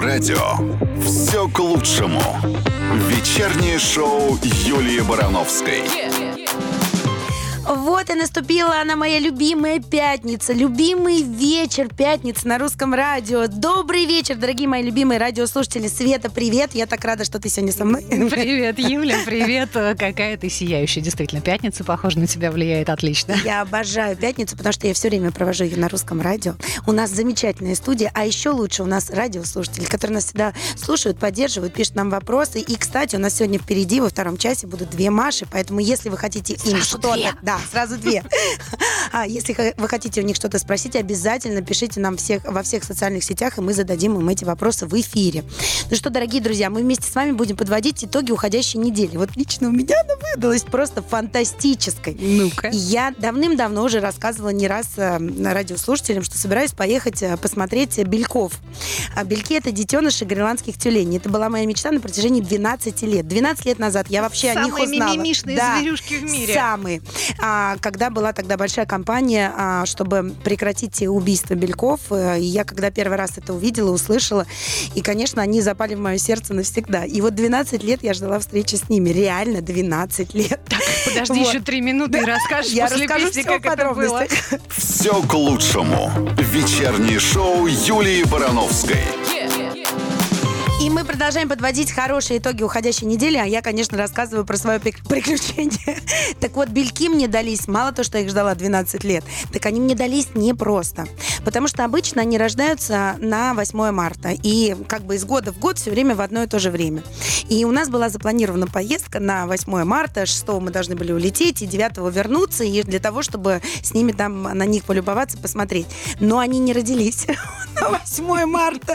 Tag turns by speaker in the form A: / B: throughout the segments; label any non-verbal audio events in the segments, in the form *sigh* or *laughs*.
A: радио. Все к лучшему. Вечернее шоу Юлии Барановской.
B: Вот и наступила она, моя любимая пятница, любимый вечер пятницы на русском радио. Добрый вечер, дорогие мои любимые радиослушатели. Света, привет, я так рада, что ты сегодня со мной.
C: *laughs* Привет, Юля, привет. Э, Какая ты сияющая. Действительно, пятница, похоже, на тебя влияет отлично.
B: Я обожаю пятницу, потому что я все время провожу ее на русском радио. У нас замечательная студия, а еще лучше у нас радиослушатели, которые нас всегда слушают, поддерживают, пишут нам вопросы. И, кстати, у нас сегодня впереди во втором часе будут две Маши, поэтому если вы хотите им что-то... Да, сразу две. А если х- вы хотите у них что-то спросить, обязательно пишите нам всех во всех социальных сетях, и мы зададим им эти вопросы в эфире. Ну что, дорогие друзья, мы вместе с вами будем подводить итоги уходящей недели. Вот лично у меня она выдалась просто фантастической.
C: Ну-ка.
B: И Я давным-давно уже рассказывала не раз э, радиослушателям, что собираюсь поехать э, посмотреть э, бельков. А Бельки — это детеныши гренландских тюленей. Это была моя мечта на протяжении 12 лет. 12 лет назад я вообще о них
C: Самые
B: узнала.
C: мимимишные
B: Да.
C: зверюшки в мире.
B: Самые. А, когда была тогда большая кампания, а, чтобы прекратить убийство бельков, э, и я когда первый раз это увидела, услышала, и, конечно, они запали в мое сердце навсегда. И вот 12 лет я ждала встречи с ними. Реально 12 лет.
C: Подожди
B: Вот.
C: еще три минуты и расскажешь
B: Я
C: после
B: расскажу
C: песни,
B: всё в
C: как это было.
B: подробностях.
A: Все к лучшему. Вечернее шоу Юлии Барановской.
B: И мы продолжаем подводить хорошие итоги уходящей недели, а я, конечно, рассказываю про свое прик- *laughs* приключение. так вот, бельки мне дались, мало то, что я их ждала 12 лет, так они мне дались непросто. Потому что обычно они рождаются на 8 марта, и как бы из года в год все время в одно и то же время. И у нас была запланирована поездка на 8 марта, 6 мы должны были улететь, и 9 вернуться, и для того, чтобы с ними там на них полюбоваться, посмотреть. Но они не родились *laughs* на 8 марта.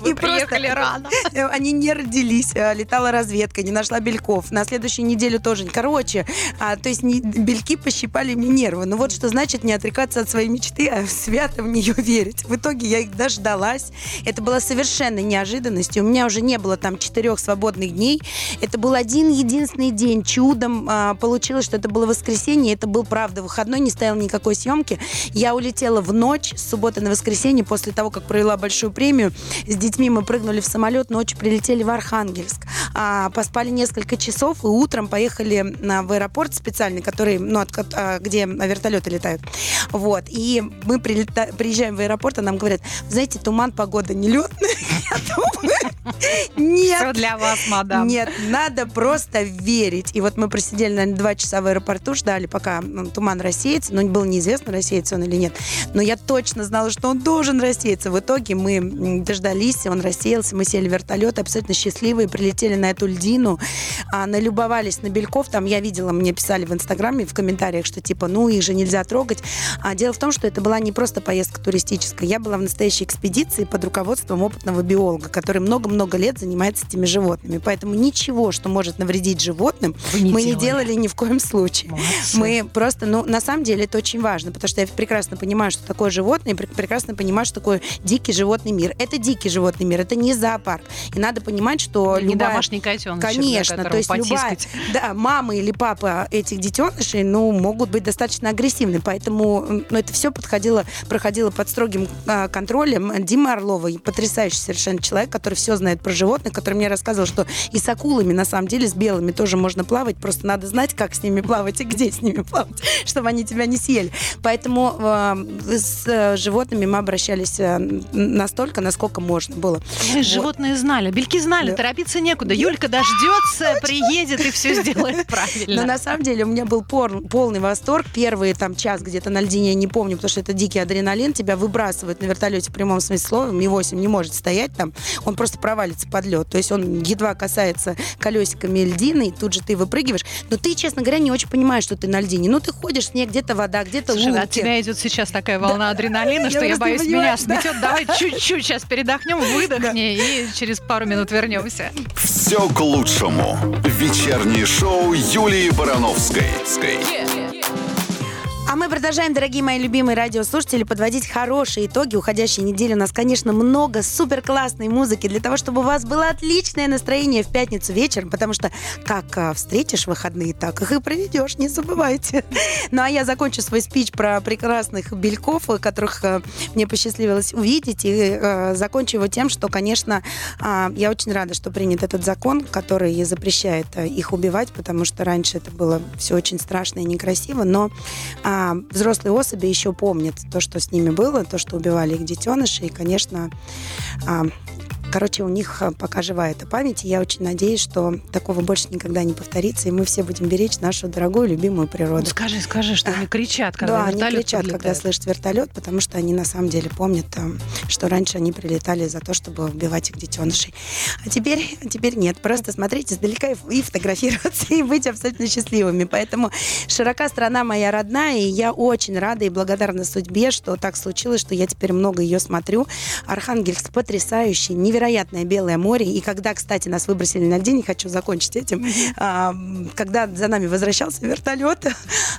C: Вы
B: И просто-
C: приехали рано.
B: Э, Они не родились, э, летала разведка, не нашла бельков. На следующую неделю тоже. Короче, а, то есть не- бельки пощипали мне нервы. Ну вот что значит не отрекаться от своей мечты, а *laughs* свято в нее верить. В итоге я их дождалась. Это было совершенно неожиданностью. У меня уже не было там четырех свободных дней. Это был один единственный день. Чудом а, получилось, что это было воскресенье. Это был, правда, выходной, не стоял никакой съемки. Я улетела в ночь с субботы на воскресенье после того, как провела большую премию. С детьми мы прыгнули в самолет, ночью прилетели в Архангельск. А, поспали несколько часов и утром поехали на, в аэропорт специальный, который, ну, от кот- а, где вертолеты летают. Вот. И мы прилета- приезжаем в аэропорт, а нам говорят, знаете, туман, погода не летная. *laughs* Я думаю, нет.
C: Все для вас, мадам.
B: Нет, надо просто верить. И вот мы просидели, наверное, два часа в аэропорту, ждали, пока м, туман рассеется. Но было неизвестно, рассеется он или нет. Но я точно знала, что он должен рассеяться. В итоге мы м, дождались, он рассеялся, мы сели в вертолет, абсолютно счастливые, прилетели на эту льдину, а, налюбовались на бельков. Там я видела, мне писали в Инстаграме, в комментариях, что типа, ну их же нельзя трогать. А дело в том, что это была не просто поездка туристическая. Я была в настоящей экспедиции под руководством опытного биолога, который много-много лет занимается этими животными. Поэтому ничего, что может навредить животным,
C: Вы не
B: мы не
C: делали.
B: делали ни в коем случае.
C: Молодцы.
B: Мы просто, ну, на самом деле это очень важно, потому что я прекрасно понимаю, что такое животное, и пр- прекрасно понимаю, что такое дикий животный мир. Это дикий животный мир, это не зоопарк. И надо понимать, что
C: Не
B: любая...
C: домашний котенок.
B: Конечно, то есть любая, *laughs* да, мама или папа этих детенышей, ну, могут быть достаточно агрессивны, поэтому, м, ну, это все подходило, проходило под строгим а, контролем. Дима Орлова, и потрясающий совершенно человек, который все знает про животных, который мне рассказывал, что и с акулами, на самом деле, с белыми тоже можно плавать, просто надо знать, как с ними плавать и где с ними *laughs* плавать, чтобы они тебя не съели. Поэтому а, с э, животными мы обращались э, н- настолько, насколько можно было.
C: Мы животные знали, бельки знали,
B: Да.
C: торопиться некуда. Юлька дождется, приедет и все
B: *laughs*
C: сделает
B: Но
C: правильно.
B: на самом деле у меня был пор- полный восторг. Первый там час где-то на льдине, я не помню, потому что это дикий адреналин. Тебя выбрасывают на вертолете в прямом смысле слова. Ми-8 не может стоять там. Он просто провалится под лед. То есть он едва касается колесиками льдины, и тут же ты выпрыгиваешь. Но ты, честно говоря, не очень понимаешь, что ты на льдине. Ну, ты ходишь, снег, где-то вода, где-то
C: Слушай, а от
B: лунки.
C: тебя идет сейчас такая волна адреналина,
B: Я
C: что я
B: просто
C: боюсь, меня
B: понимаю, да.
C: сметет. Давай чуть-чуть сейчас передохнем, выдохни, и через пару минут вернемся.
A: Все к лучшему. Вечернее шоу Юлии Барановской. Ской.
B: А мы продолжаем, дорогие мои любимые радиослушатели, подводить хорошие итоги уходящей недели. У нас, конечно, много супер классной музыки для того, чтобы у вас было отличное настроение в пятницу вечером, потому что как а, встретишь выходные, так их и проведешь, не забывайте. Ну а я закончу свой спич про прекрасных бельков, э, которых э, мне посчастливилось увидеть, и э, закончу его тем, что, конечно, а, я очень рада, что принят этот закон, который запрещает э, их убивать, потому что раньше это было все очень страшно и некрасиво, но а, взрослые особи еще помнят то, что с ними было, то, что убивали их детеныши, и, конечно, а, короче, у них а, пока жива эта память, и я очень надеюсь, что такого больше никогда не повторится, и мы все будем беречь нашу дорогую, любимую
C: Ну,
B: природу.
C: скажи, скажи, что они кричат, когда
B: да, они
C: вертолет
B: кричат, когда
C: подлетает.
B: слышат вертолет, потому что они на самом деле помнят, э, что раньше они прилетали за то, чтобы убивать их детенышей. А теперь, а теперь нет. Просто смотрите издалека и ф- и фотографироваться, и быть абсолютно счастливыми. Поэтому широка страна моя родная, и я очень рада и благодарна судьбе, что так случилось, что я теперь много ее смотрю. Архангельск потрясающий, невероятное Белое море. И когда, кстати, нас выбросили на день, хочу закончить этим, а, м, когда за нами возвращался вертолет,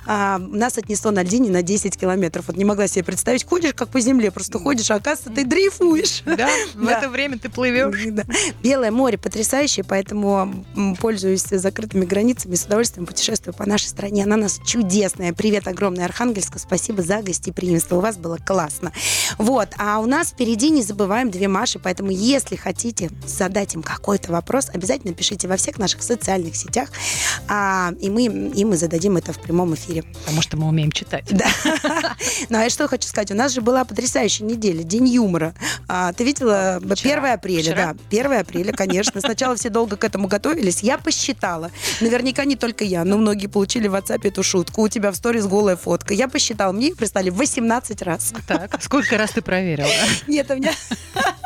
B: а, нас отнесло на льдине на 10 километров. Вот не могла себе представить, ходишь как по земле, просто ходишь, а оказывается, ты дрейфуешь.
C: Да, в
B: Да.
C: это время ты плывешь.
B: *laughs* Да. Белое море потрясающее, поэтому м, пользуюсь закрытыми границами, с удовольствием путешествую по нашей стране. Она у нас чудесная. Привет огромное Архангельску, спасибо за гостеприимство, у вас было классно. Вот, а у нас впереди, не забываем, две Маши, поэтому если хотите задать им какой-то вопрос, обязательно пишите во всех наших социальных сетях, а, и, мы, и мы зададим это в прямом эфире.
C: Потому что А мы умеем
B: *laughs*
C: читать.
B: Да. Ну, а я что хочу сказать. У нас же была потрясающая неделя, День юмора. А, ты видела? б-
C: Вчера.
B: 1 апреля,
C: Вчера?
B: да. 1 апреля, конечно. Сначала все долго к этому готовились. Я посчитала. Наверняка не только я, но многие получили в WhatsApp эту шутку. У тебя в сторис голая фотка. Я посчитала. Мне их прислали 18 раз.
C: Так, сколько раз ты проверила?
B: Нет, у меня... *laughs*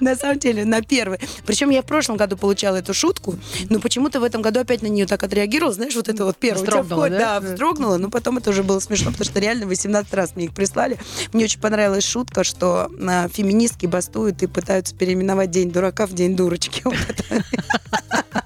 B: На самом деле, на первый. Причем я в прошлом году получала эту шутку, но почему-то в этом году опять на нее так отреагировала. Знаешь, вот это вот первое. У тебя
C: Вздрогнула,
B: входит-
C: да?
B: Да, вздрогнула, но потом это уже было смешно, потому что реально 18 раз мне их прислали. Мне очень понравилась шутка, что а, феминистки бастуют и пытаются переименовать День дурака в День дурочки. Вот это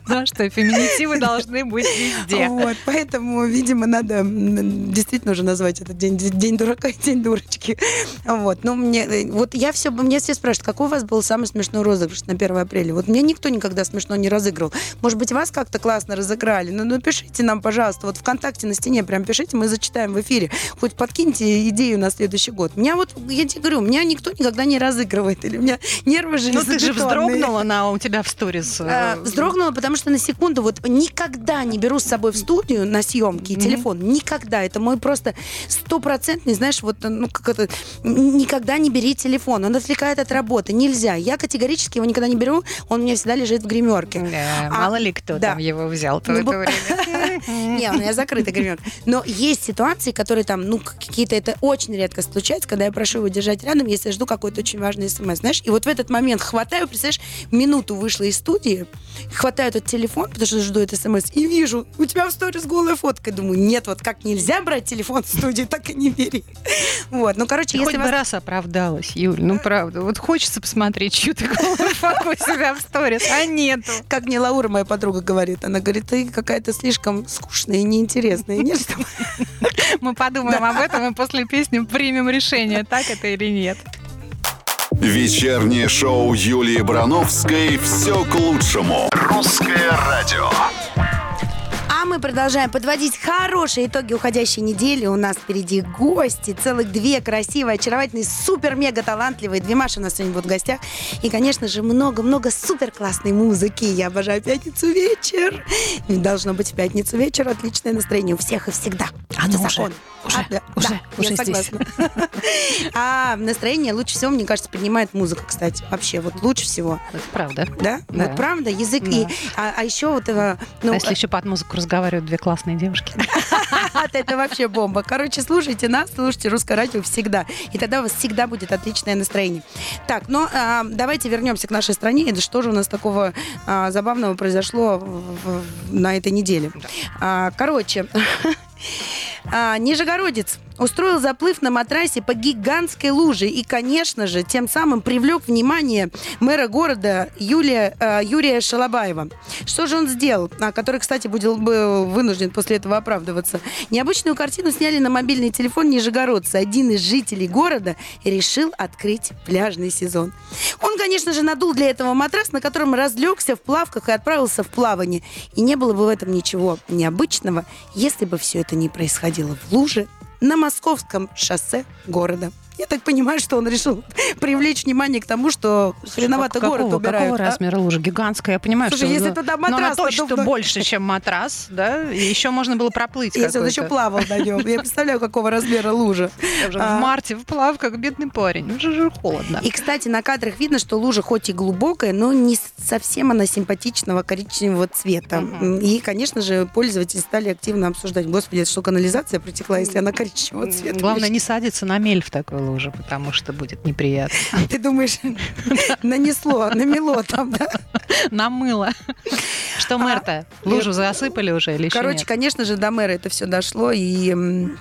C: Ну а что, феминитивы должны быть везде.
B: Вот, поэтому, видимо, надо м, действительно уже назвать этот день день дурака и день дурочки. Вот, ну мне, э, вот я все, меня все спрашивают, какой у вас был самый смешной розыгрыш на 1 апреля? Вот мне никто никогда смешно не разыгрывал. Может быть, вас как-то классно разыграли? Ну, напишите нам, пожалуйста, вот ВКонтакте на стене прям пишите, мы зачитаем в эфире. Хоть подкиньте идею на следующий год. Меня вот, я тебе говорю, меня никто никогда не разыгрывает, или у меня нервы
C: Ну ты же
B: железобетонные.
C: вздрогнула на у тебя в сторис.
B: Э,
C: э,
B: Вздрогнула, потому что на секунду вот никогда не беру с собой в студию на съемки
C: Мгм.
B: телефон. Никогда. Это мой просто стопроцентный, знаешь, вот ну как это н- никогда не бери телефон. Он отвлекает от работы. Нельзя. Я категорически его никогда не беру. Он у меня всегда лежит в гримерке.
C: Да,
B: А,
C: Мало ли кто
B: да.
C: там его взял то
B: Ну,
C: это
B: бу-
C: время.
B: *laughs* Не, у меня закрыта гримерка. Но есть ситуации, которые там, ну, какие-то это очень редко случается, когда я прошу его держать рядом, если я жду какой-то очень важный смс, знаешь. И вот в этот момент хватаю, представляешь, минуту вышла из студии, хватаю этот телефон, потому что жду этот смс, и вижу, у тебя в сторис голая фотка. Думаю, нет, вот как нельзя брать телефон в студию, так и не бери. Вот, ну, короче,
C: Ты Хоть
B: если
C: бы
B: вас...
C: раз оправдалась, Юль, ну правда. Вот хочется посмотреть, чью ты голову фотку у себя в сторис, а нету.
B: Как мне Лаура, моя подруга, говорит. Она говорит, ты какая-то слишком скучная и неинтересная. Нет, что
C: Мы подумаем об этом и после песни примем решение, так это или нет.
A: Вечернее шоу Юлии Брановской «Все к лучшему». Русское радио.
B: А мы продолжаем подводить хорошие итоги уходящей недели. У нас впереди гости. Целых две красивые, очаровательные, супер-мега-талантливые. Две Маши у нас сегодня будут в гостях. И, конечно же, много-много супер-классной музыки. Я обожаю пятницу вечер. И должно быть в пятницу вечер отличное настроение у всех и всегда. Это
C: Оно А ну уже,
B: закон. А,
C: уже,
B: да,
C: уже,
B: да,
C: уже
B: я
C: здесь.
B: согласна. *laughs* А настроение лучше всего, мне кажется, поднимает музыка, кстати. Вообще, вот лучше всего.
C: Это правда.
B: Да?
C: Да.
B: Вот правда, язык и...
C: Да.
B: А, а еще вот... э, ну,
C: а если еще под музыку разговаривают две классные девушки?
B: *laughs* Ха-ха, Это вообще бомба. Короче, слушайте нас, слушайте русское радио всегда. И тогда у вас всегда будет отличное настроение. Так, но а, давайте вернемся к нашей стране. И что же у нас такого а, забавного произошло в- *laughs* в- на этой неделе? А, короче, а, Нижегородец устроил заплыв на матрасе по гигантской луже и, конечно же, тем самым привлек внимание мэра города Юлия, э, Юрия Шалабаева. Что же он сделал? А, который, кстати, был бы вынужден после этого оправдываться. Необычную картину сняли на мобильный телефон нижегородца. Один из жителей города решил открыть пляжный сезон. Он, конечно же, надул для этого матрас, на котором разлегся в плавках и отправился в плавание. И не было бы в этом ничего необычного, если бы все это не происходило в луже на московском шоссе города. Я так понимаю, что он решил *laughs* привлечь внимание к тому, что хреновато
C: Как-
B: город
C: какого-
B: убирают.
C: Какого
B: а?
C: размера лужа? Гигантская. Я понимаю,
B: Слушай,
C: что...
B: если
C: ну,
B: туда
C: но она
B: матрас
C: точно
B: надувной.
C: больше, чем матрас, да? И еще можно было проплыть
B: Если он
C: какой-то.
B: еще плавал на нем. Я представляю, какого размера лужа.
C: Я уже
B: А.
C: В марте в плавках бедный парень. Уже же холодно.
B: *laughs* И, кстати, на кадрах видно, что лужа хоть и глубокая, но не с- совсем она симпатичного коричневого цвета.
C: Мгм.
B: И, конечно же, пользователи стали активно обсуждать, господи, это что, канализация протекла, если она коричневого цвета?
C: Главное не садиться на мель в такой луже, потому что будет неприятно.
B: Ты думаешь, *laughs* нанесло, намело там, да?
C: Намыло. Что мэр-то? Лужу засыпали уже или еще
B: А, э, Короче,
C: нет?
B: конечно же, до мэра это все дошло, и м,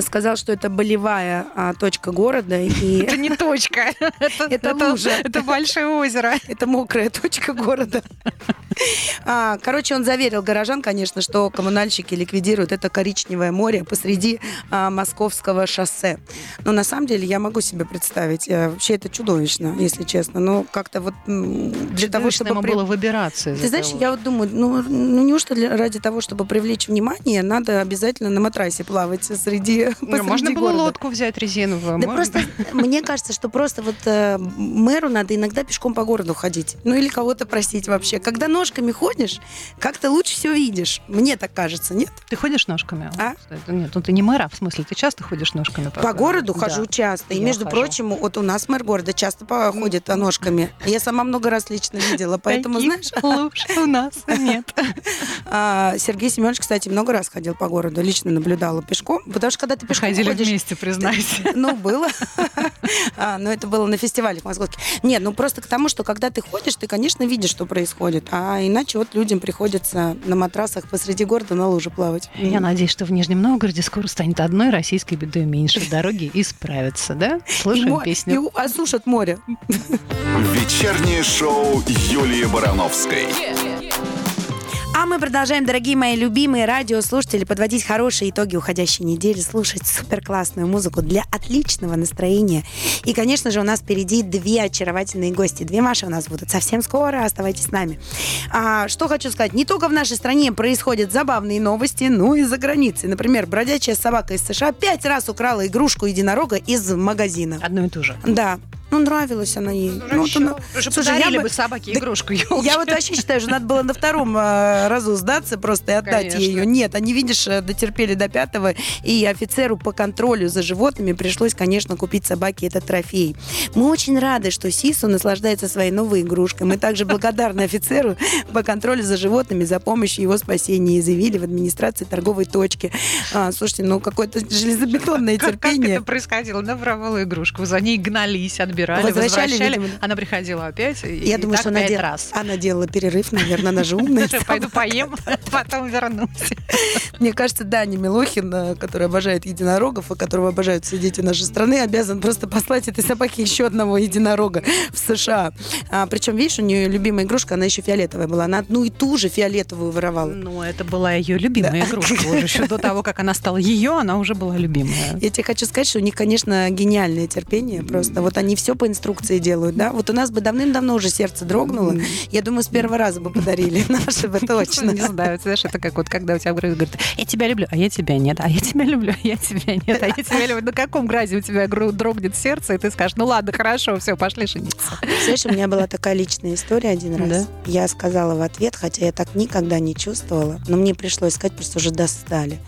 B: сказал, что это болевая а, точка города,
C: *laughs*
B: и
C: Это не точка. Это,
B: Это лужа.
C: Это большое озеро.
B: *laughs* это мокрая точка города. А, Короче, он заверил горожан, конечно, что коммунальщики ликвидируют это коричневое море посреди а, московского шоссе. Но на самом деле я могу себе представить, э, вообще это чудовищно, если честно. Но как-то вот м, для того,
C: Чудовищно
B: чтобы...
C: ему
B: при-
C: было выбираться из
B: Ты знаешь,
C: этого.
B: я вот думаю, ну, ну неужто для- ради того, чтобы привлечь внимание, надо обязательно на матрасе плавать среди
C: Ну, Можно
B: посреди
C: было
B: города?
C: лодку взять резиновую.
B: Да
C: можно-
B: просто мне кажется, что просто вот э, мэру надо иногда пешком по городу ходить. Ну или кого-то просить вообще. Когда ножками ходишь, как-то лучше все видишь. Мне так кажется, нет?
C: Ты ходишь ножками?
B: А?
C: Кстати, Нет, ну ты не мэра, в смысле, ты часто ходишь ножками?
B: По городу хожу
C: Э, Да.
B: часто. И,
C: я
B: между
C: хожу.
B: прочим, вот у нас мэр города часто по- ходит э, ножками. Я сама много раз лично видела. Поэтому,
C: Таких
B: знаешь,
C: луж
B: *laughs*
C: у нас *laughs* нет.
B: а, Сергей Семенович, кстати, много раз ходил по городу. Лично наблюдала пешком. Потому что когда ты пешком
C: Ходили
B: ходишь, *laughs*
C: вместе, признайся.
B: Ну, было. А, Но это было на фестивале в Московке. Нет, ну просто к тому, что когда ты ходишь, ты, конечно, видишь, что происходит. А иначе вот людям приходится на матрасах посреди города на луже плавать.
C: Я
B: М.
C: надеюсь, что в Нижнем Новгороде скоро станет одной российской
B: *laughs*
C: бедой меньше. Дороги исправятся, да?
B: И
C: Слушаем
B: мо- и
C: песню.
B: у- осушат море.
A: Вечернее шоу Юлии Барановской.
B: А мы продолжаем, дорогие мои любимые радиослушатели, подводить хорошие итоги уходящей недели, слушать супер классную музыку для отличного настроения. И, конечно же, у нас впереди две очаровательные гости. Две Маши у нас будут совсем скоро. Оставайтесь с нами. А, что хочу сказать. Не только в нашей стране происходят забавные новости, но и за границей. Например, бродячая собака из США пять раз украла игрушку единорога из магазина.
C: Одно и то же.
B: Да. Ну, нравилась она ей. Ну, вот она- Слушай, я
C: подарили
B: бы-
C: бы собаке
B: Да-
C: игрушку,
B: я вот вообще считаю, что надо было на втором э, разу сдаться просто и отдать
C: Конечно.
B: ей ее. Нет, они, видишь, э, дотерпели до пятого, и офицеру по контролю за животными пришлось, конечно, купить собаке этот трофей. Мы очень рады, что Сису наслаждается своей новой игрушкой. Мы также благодарны офицеру по контролю за животными за помощь в его спасении и заявили в администрации торговой точки. А, слушайте, ну какое-то железобетонное
C: Как, как это
B: терпение.
C: происходило? Она воровала игрушку, за ней гнались, отбирали,
B: Возвращали,
C: возвращали.
B: видимо,
C: Она приходила опять. и-
B: Я
C: и
B: думаю,
C: так
B: что она
C: пять
B: дел-
C: раз.
B: *laughs* она делала перерыв, наверное, она же
C: *laughs*
B: умная.
C: Пойду поем,
B: *laughs*
C: потом вернусь.
B: Мне кажется, Даня Милохин, э, который обожает единорогов, и которого обожают все дети нашей страны, обязан просто послать этой собаке еще одного единорога в США. А, причем, видишь, у нее любимая игрушка, она еще фиолетовая была. Она одну и ту же фиолетовую воровала.
C: Ну, это была ее любимая игрушка. Уже еще до того, как она стала ее, она уже была любимая.
B: *laughs* Я тебе хочу сказать, что у них, конечно, гениальное терпение просто. Вот они все по инструкции делают, да? Вот у нас бы давным-давно уже сердце дрогнуло. Я думаю, с первого раза бы подарили. *laughs* Наши бы точно.
C: Не знаю, ты знаешь, это как вот когда у тебя говорят, говорят, я тебя люблю, а я тебя нет, а я тебя люблю, а я тебя нет, а я тебя люблю. На каком гразе у тебя гру- дрогнет сердце, и ты скажешь, ну ладно, хорошо, все, пошли жениться.
B: Знаешь, у меня была такая личная история один раз.
C: Да?
B: Я сказала в ответ, хотя я так никогда не чувствовала, но мне пришлось сказать, просто уже достали.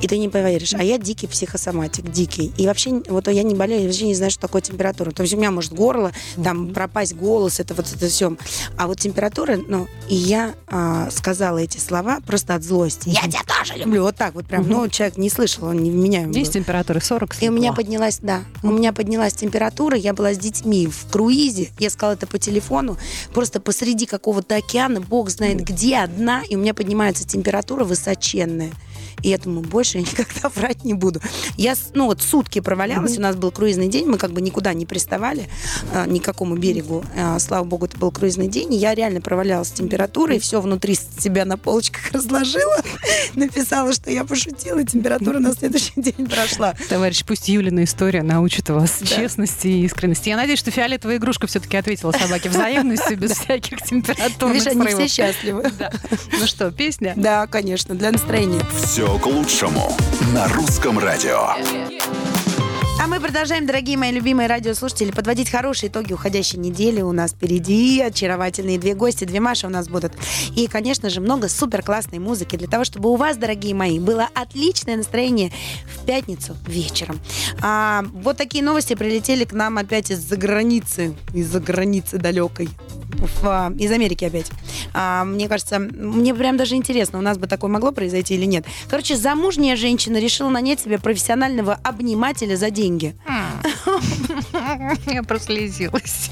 B: И ты не поверишь, а я дикий психосоматик, дикий. И вообще, вот я не болею, я вообще не знаю, что такое температура. То есть у меня может горло, там пропасть голос, это вот это все. А вот температура, ну, и я а, сказала эти слова просто от злости. Я тебя тоже люблю. Вот так вот прям. Ну, человек не слышал, он не вменяемый был.
C: Есть температуры 40,
B: И у меня
C: слепла.
B: поднялась, да, у меня поднялась температура, я была с детьми в круизе, я сказала это по телефону, просто посреди какого-то океана, бог знает где, одна, и у меня поднимается температура высоченная. И я думаю, больше я никогда *laughs* врать не буду. Я, с- ну вот, сутки провалялась, у нас был круизный день, мы как бы никуда не приставали, э, ни к какому берегу. Э, Слава богу, это был круизный день, и я реально провалялась с температурой, все внутри себя на полочках *laughs* разложила, написала, что я пошутила, и температура на следующий *laughs* день прошла.
C: Товарищ, пусть Юлина история научит вас
B: Да.
C: честности и искренности. Я надеюсь, что фиолетовая игрушка все-таки ответила собаке взаимностью
B: *laughs*
C: без всяких температурных
B: Видишь, они все
C: срывов.
B: счастливы.
C: Да. Ну что, песня?
B: *laughs* Да, конечно, для настроения.
A: Все к лучшему на русском радио.
B: А мы продолжаем, дорогие мои любимые радиослушатели, подводить хорошие итоги уходящей недели. У нас впереди очаровательные две гости, две Маши у нас будут. И, конечно же, много супер классной музыки для того, чтобы у вас, дорогие мои, было отличное настроение в пятницу вечером. А, вот такие новости прилетели к нам опять из-за границы, из-за границы далекой. В, а, из Америки опять. А, мне кажется, мне прям даже интересно, у нас бы такое могло произойти или нет. Короче, замужняя женщина решила нанять себе профессионального обнимателя за деньги.
C: *laughs* Я прослезилась.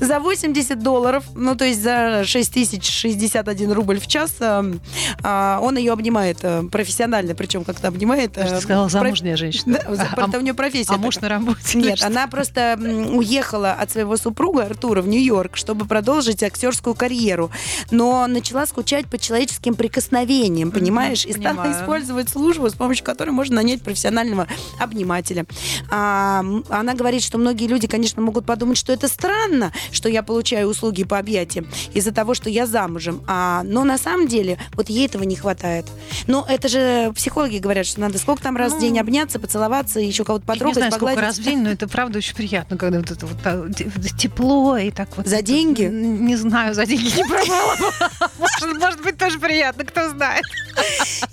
B: За 80 долларов, ну то есть за 6061 рубль в час, эм, а, он ее обнимает э, профессионально, причем как-то обнимает. э,
C: Ты сказала
B: про-
C: замужняя женщина.
B: Да, за-
C: А-
B: это у нее профессия.
C: А муж
B: такая.
C: на работе? или
B: Нет,
C: что?
B: она просто м, уехала от своего супруга Артура в Нью-Йорк, чтобы продолжить актерскую карьеру. Но начала скучать по человеческим прикосновениям, понимаешь? И стала
C: понимаю.
B: использовать службу, с помощью которой можно нанять профессионального обнимателя. А, м, она говорит, что многие люди, конечно, могут подумать, что это странно, что я получаю услуги по объятиям из-за того, что я замужем. А, но на самом деле вот ей этого не хватает. Но это же психологи говорят, что надо сколько там раз в
C: Ну,
B: день обняться, поцеловаться, еще кого-то
C: Я не
B: потрогать,
C: знаю, сколько
B: погладить.
C: раз в день, но это правда очень приятно, когда вот это вот а, те- тепло и так вот.
B: За деньги?
C: Н- Не знаю, за деньги не пробовала.
B: *laughs*
C: Может- Может быть, тоже приятно, кто знает.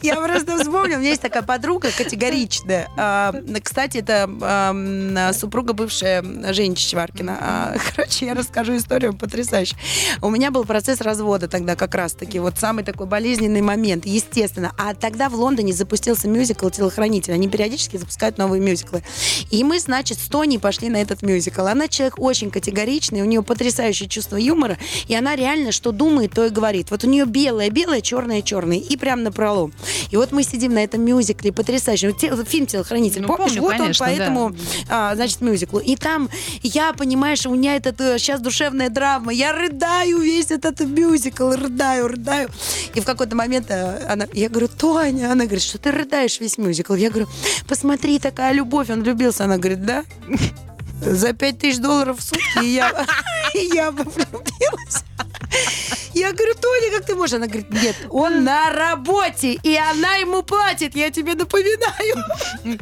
B: Я просто вспомнила, у меня есть такая подруга категоричная. А, Кстати, это ам, супруга бывшая Жени Чичваркина. А, Короче, я расскажу историю потрясающую. У меня был процесс развода тогда как раз-таки. Вот самый такой болезненный момент, естественно. А тогда в Лондоне запустился мюзикл «Телохранитель». Они периодически запускают новые мюзиклы. И мы, значит, с Тони пошли на этот мюзикл. Она человек очень категоричный, у нее потрясающее чувство юмора, и она реально что думает, то и говорит. Вот у нее белое-белое, черное-черное, и прям напролом. И вот мы сидим на этом мюзикле потрясающем. Вот те- вот Фильм «Телохранитель»,
C: Ну,
B: помнишь?
C: помню,
B: вот
C: конечно,
B: он
C: да.
B: по этому, а, значит, мюзиклу. И там я, понимаешь, у меня этот сейчас душевная драма, я рыдаю весь этот мюзикл, рыдаю, рыдаю. И в какой-то момент э, она, я говорю, Тоня, она говорит, что ты рыдаешь весь мюзикл? Я говорю, посмотри, такая любовь, он влюбился. Она говорит, да? За пять тысяч долларов в сутки и я, и я бы влюбилась. Я говорю, Тоня, как ты можешь? Она говорит, нет, он на работе, и она ему платит, я тебе напоминаю.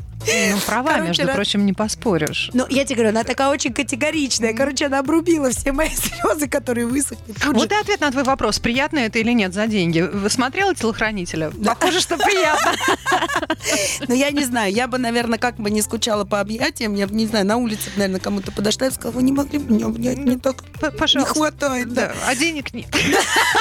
C: Ну, права,
B: Короче,
C: между
B: раз-
C: прочим, не поспоришь.
B: Но Ну, я тебе говорю, она такая очень категоричная. Короче, она обрубила все мои *laughs* слезы, которые высохли тут же.
C: Вот и ответ на твой вопрос, приятно это или нет за деньги. Вы Смотрела телохранителя? Похоже, что приятно.
B: Но я не знаю, я бы, наверное, как бы не скучала по объятиям, я бы, не знаю, на улице, бы, наверное, кому-то подошла и сказала, вы не могли бы меня обнять, мне так
C: *laughs* П-
B: не
C: Пожалуйста.
B: хватает, да.
C: Да, а денег нет.